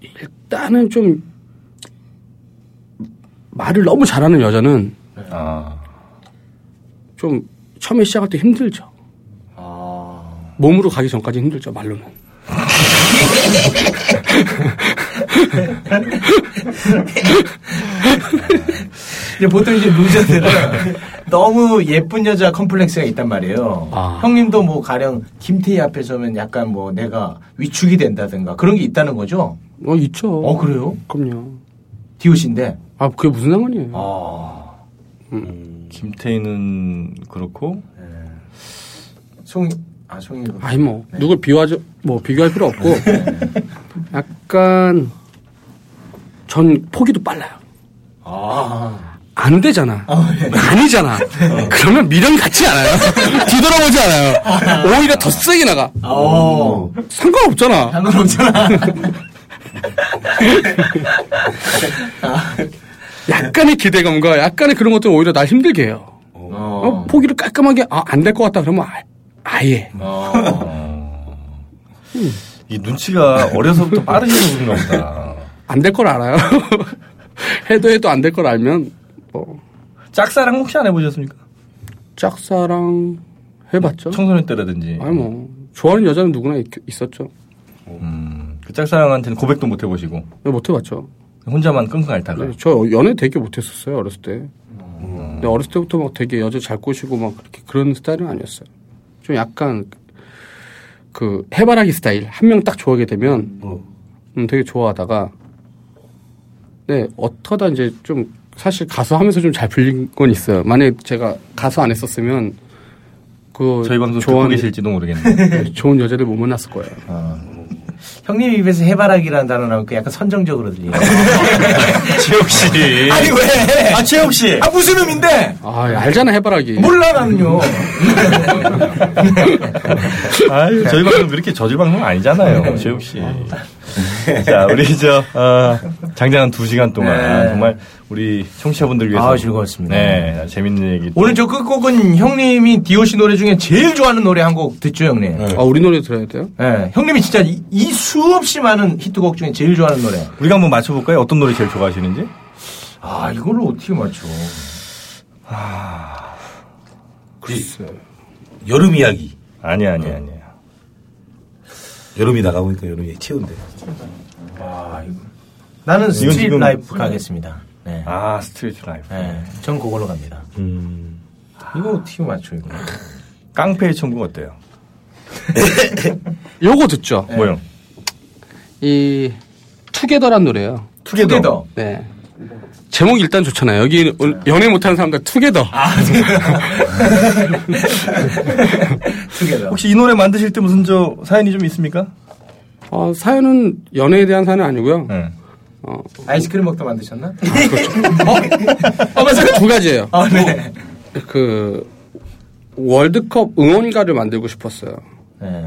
D: 일단은 좀 말을 너무 잘하는 여자는
E: 아.
D: 좀 처음에 시작할 때 힘들죠.
F: 아.
D: 몸으로 가기 전까지 힘들죠. 말로는.
F: 근데 보통 이제 루저들은 *laughs* 너무 예쁜 여자 컴플렉스가 있단 말이에요.
D: 아.
F: 형님도 뭐 가령 김태희 앞에 서면 약간 뭐 내가 위축이 된다든가 그런 게 있다는 거죠?
D: 어, 있죠.
F: 어, 그래요?
D: 그럼요.
F: 디오신데?
D: 아, 그게 무슨 상관이에요? 아.
E: 김태희는 그렇고
F: 송, 아, 송이.
D: 아니 뭐 누굴 비교하죠 뭐 비교할 필요 없고 약간 전 포기도 빨라요. 안 아. 되잖아. 예. 어. 아니잖아. 그러면 미련 같지 *laughs* 않아요. 뒤돌아보지 않아요. 오히려 더 세게 나가.
F: 어.
D: 어. 상관없잖아.
F: 상관없잖아.
D: *laughs* 약간의 기대감과 약간의 그런 것들은 오히려 날 힘들게 해요. 어, 포기를 깔끔하게 아, 안 될 것 같다 그러면 아, 아예
E: 이 눈치가 어려서부터 빠르셔서 그런가 보다.
D: 안 될 걸 알아요. *laughs* 해도 해도 안 될 걸 알면 뭐
E: 짝사랑 혹시 안 해보셨습니까?
D: 짝사랑 해봤죠.
E: 청소년 때라든지.
D: 아니 뭐 좋아하는 여자는 누구나 있, 있었죠.
E: 그 짝사랑한테는 고백도 못 해보시고
D: 못 해봤죠.
E: 혼자만 끙끙 앓다가.
D: 저 연애 되게 못했었어요 어렸을 때.
E: 음.
D: 근데 어렸을 때부터 막 되게 여자 잘 꼬시고 막 그렇게 그런 스타일은 아니었어요. 좀 약간 그 해바라기 스타일 한 명 딱 좋아하게 되면
E: 어.
D: 음, 되게 좋아하다가 네 어떠다 이제 좀 사실 가수 하면서 좀 잘 풀린 건 있어요. 만약 에 제가 가수 안 했었으면 그
E: 저희 방송 듣고 아.
D: 좋아하는-
E: 계실지도
F: *laughs*
E: 모르겠네요.
D: 좋은 여자를 못 만났을 거예요.
F: 형님 입에서 해바라기라는 단어 나오니까 약간 선정적으로 들려요.
E: 최욱 씨.
F: 아니, 왜?
E: 아 최욱 씨.
F: 아, 무슨 의미인데?
D: 아 알잖아 해바라기.
E: 뭐?
F: 몰라, 나는요.
E: 아유, 저희 방송 그렇게 저질 방송
F: 네.
E: 아니잖아요. 최욱 씨. 자, 우리 저, 어, 장장 한 두 시간 동안
F: 네.
E: 정말 우리 청취자분들 위해서.
F: 아, 즐거웠습니다.
E: 네, 재밌는 얘기.
F: 오늘 저 그, 끝곡은 형님이 디오시 노래 중에 제일 좋아하는 노래 한 곡 듣죠, 형님?
D: 아 우리 노래 들어야 돼요?
E: 네.
F: 예, 형님이 진짜 이, 이 수없이 많은 히트곡 중에 제일 좋아하는 노래.
E: 우리가 한번 맞춰볼까요? 어떤 노래 제일 좋아하시는지?
F: 아, 이걸 어떻게 맞춰?
G: 여름 이야기.
E: 음. 아니야, 아니야, 아니야.
K: 여름이 나가보니까 여름이 채운데.
F: 나는
K: 이건
F: 스트릿
K: 지금-
F: 라이프 가겠습니다. 네.
E: 아 스트릿 라이프.
F: 네. 전 그걸로 갑니다.
E: 음.
F: 이거 어떻게 맞춰 이거?
E: 깡패의 천국 어때요?
D: 요거 듣죠.
E: 뭐요?
D: 이 투게더란 노래예요.
F: 투게더. 투게더.
D: 네. 제목이 일단 좋잖아요. 여기 오늘 연애 못하는 사람들 투게더.
F: 투게더.
E: 혹시 이 노래 만드실 때 무슨 저 사연이 좀 있습니까?
D: 어, 사연은 연애에 대한 사연은 아니고요.
E: 네.
D: 어,
F: 아이스크림 먹다 만드셨나?
D: 어, 맞아요. 두 가지예요.
F: 아, 네.
D: 그 월드컵 응원가를 만들고 싶었어요.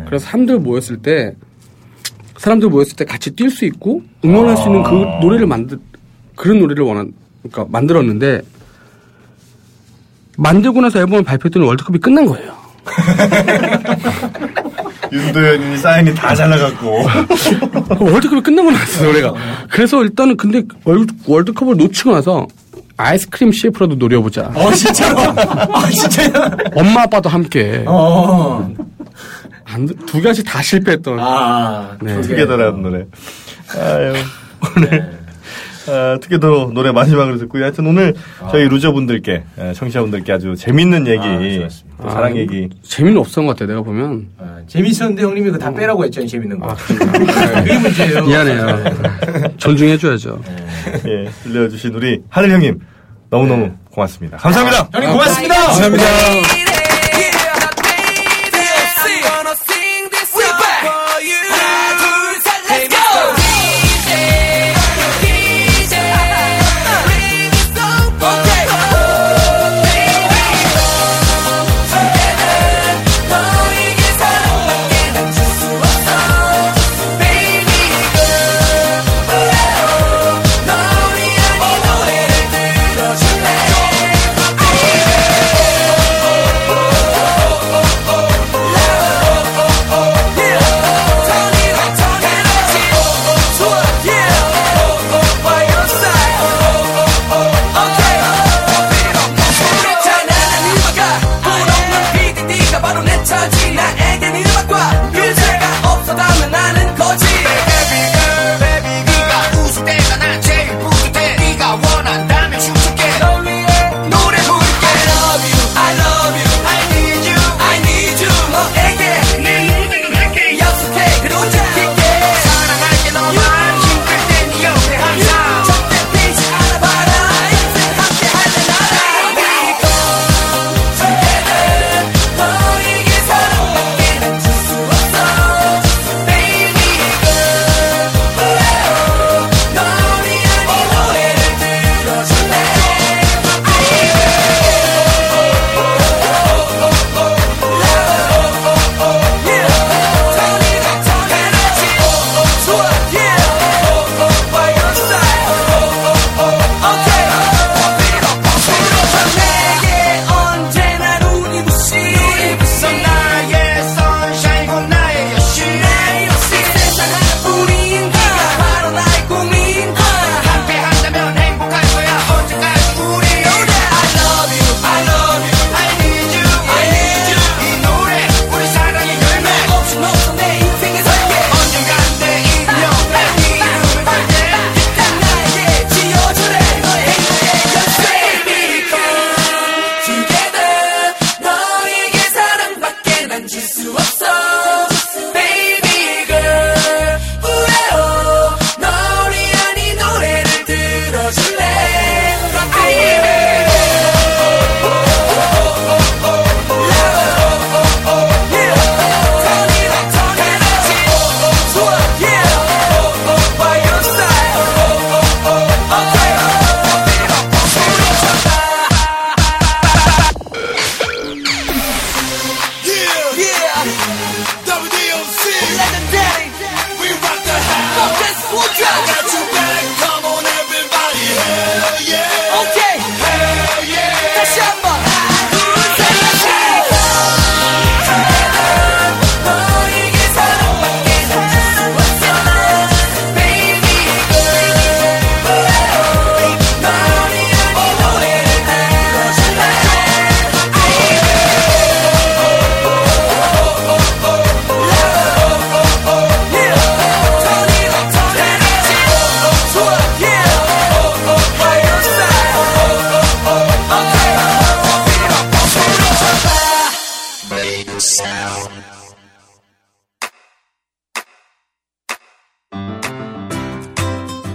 D: 그래서 사람들 모였을 때 사람들 모였을 때 같이 뛸 수 있고 응원할 수 있는 그 노래를 만들 그런 노래를 원한 그러니까 만들었는데 만들고 나서 앨범을 발표했더니 월드컵이 끝난 거예요.
E: 윤도현이 사인이 다 *laughs* 잘나갔고.
D: 월드컵이 끝나고
F: 아,
D: 나서 노래가. 그래서 일단은 근데 월- 월드컵을 놓치고 나서 아이스크림 CF라도 노려보자.
F: 어 진짜로? 아 진짜요?
D: 엄마 아빠도 함께.
F: *laughs* 어.
D: 안 돼. 두 가지 다 실패했던.
F: 아.
D: 네.
E: 투게더라는 노래. 네. 아유. 오늘. 아, 투게더 노래 마지막으로 듣고요. 하여튼 오늘 저희 루저분들께, 에, 청취자분들께 아. 아주 음. 재밌는 얘기, 또
D: 아,
E: 사랑 얘기.
D: 재미는 없었던 것 같아요. 내가 보면.
F: 아, 재밌었는데 형님이 그거 다 빼라고 했죠 재밌는 거. 그게 문제예요.
D: 미안해요.
F: *laughs*
D: 존중해줘야죠.
E: 예, 들려주신 우리 하늘 형님 너무너무 고맙습니다. 감사합니다.
F: 형님 고맙습니다. 아, 감사합니다.
J: Yeah.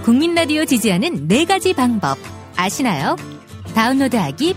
L: 국민 라디오 지지하는 네 가지 방법 아시나요? 다운로드하기,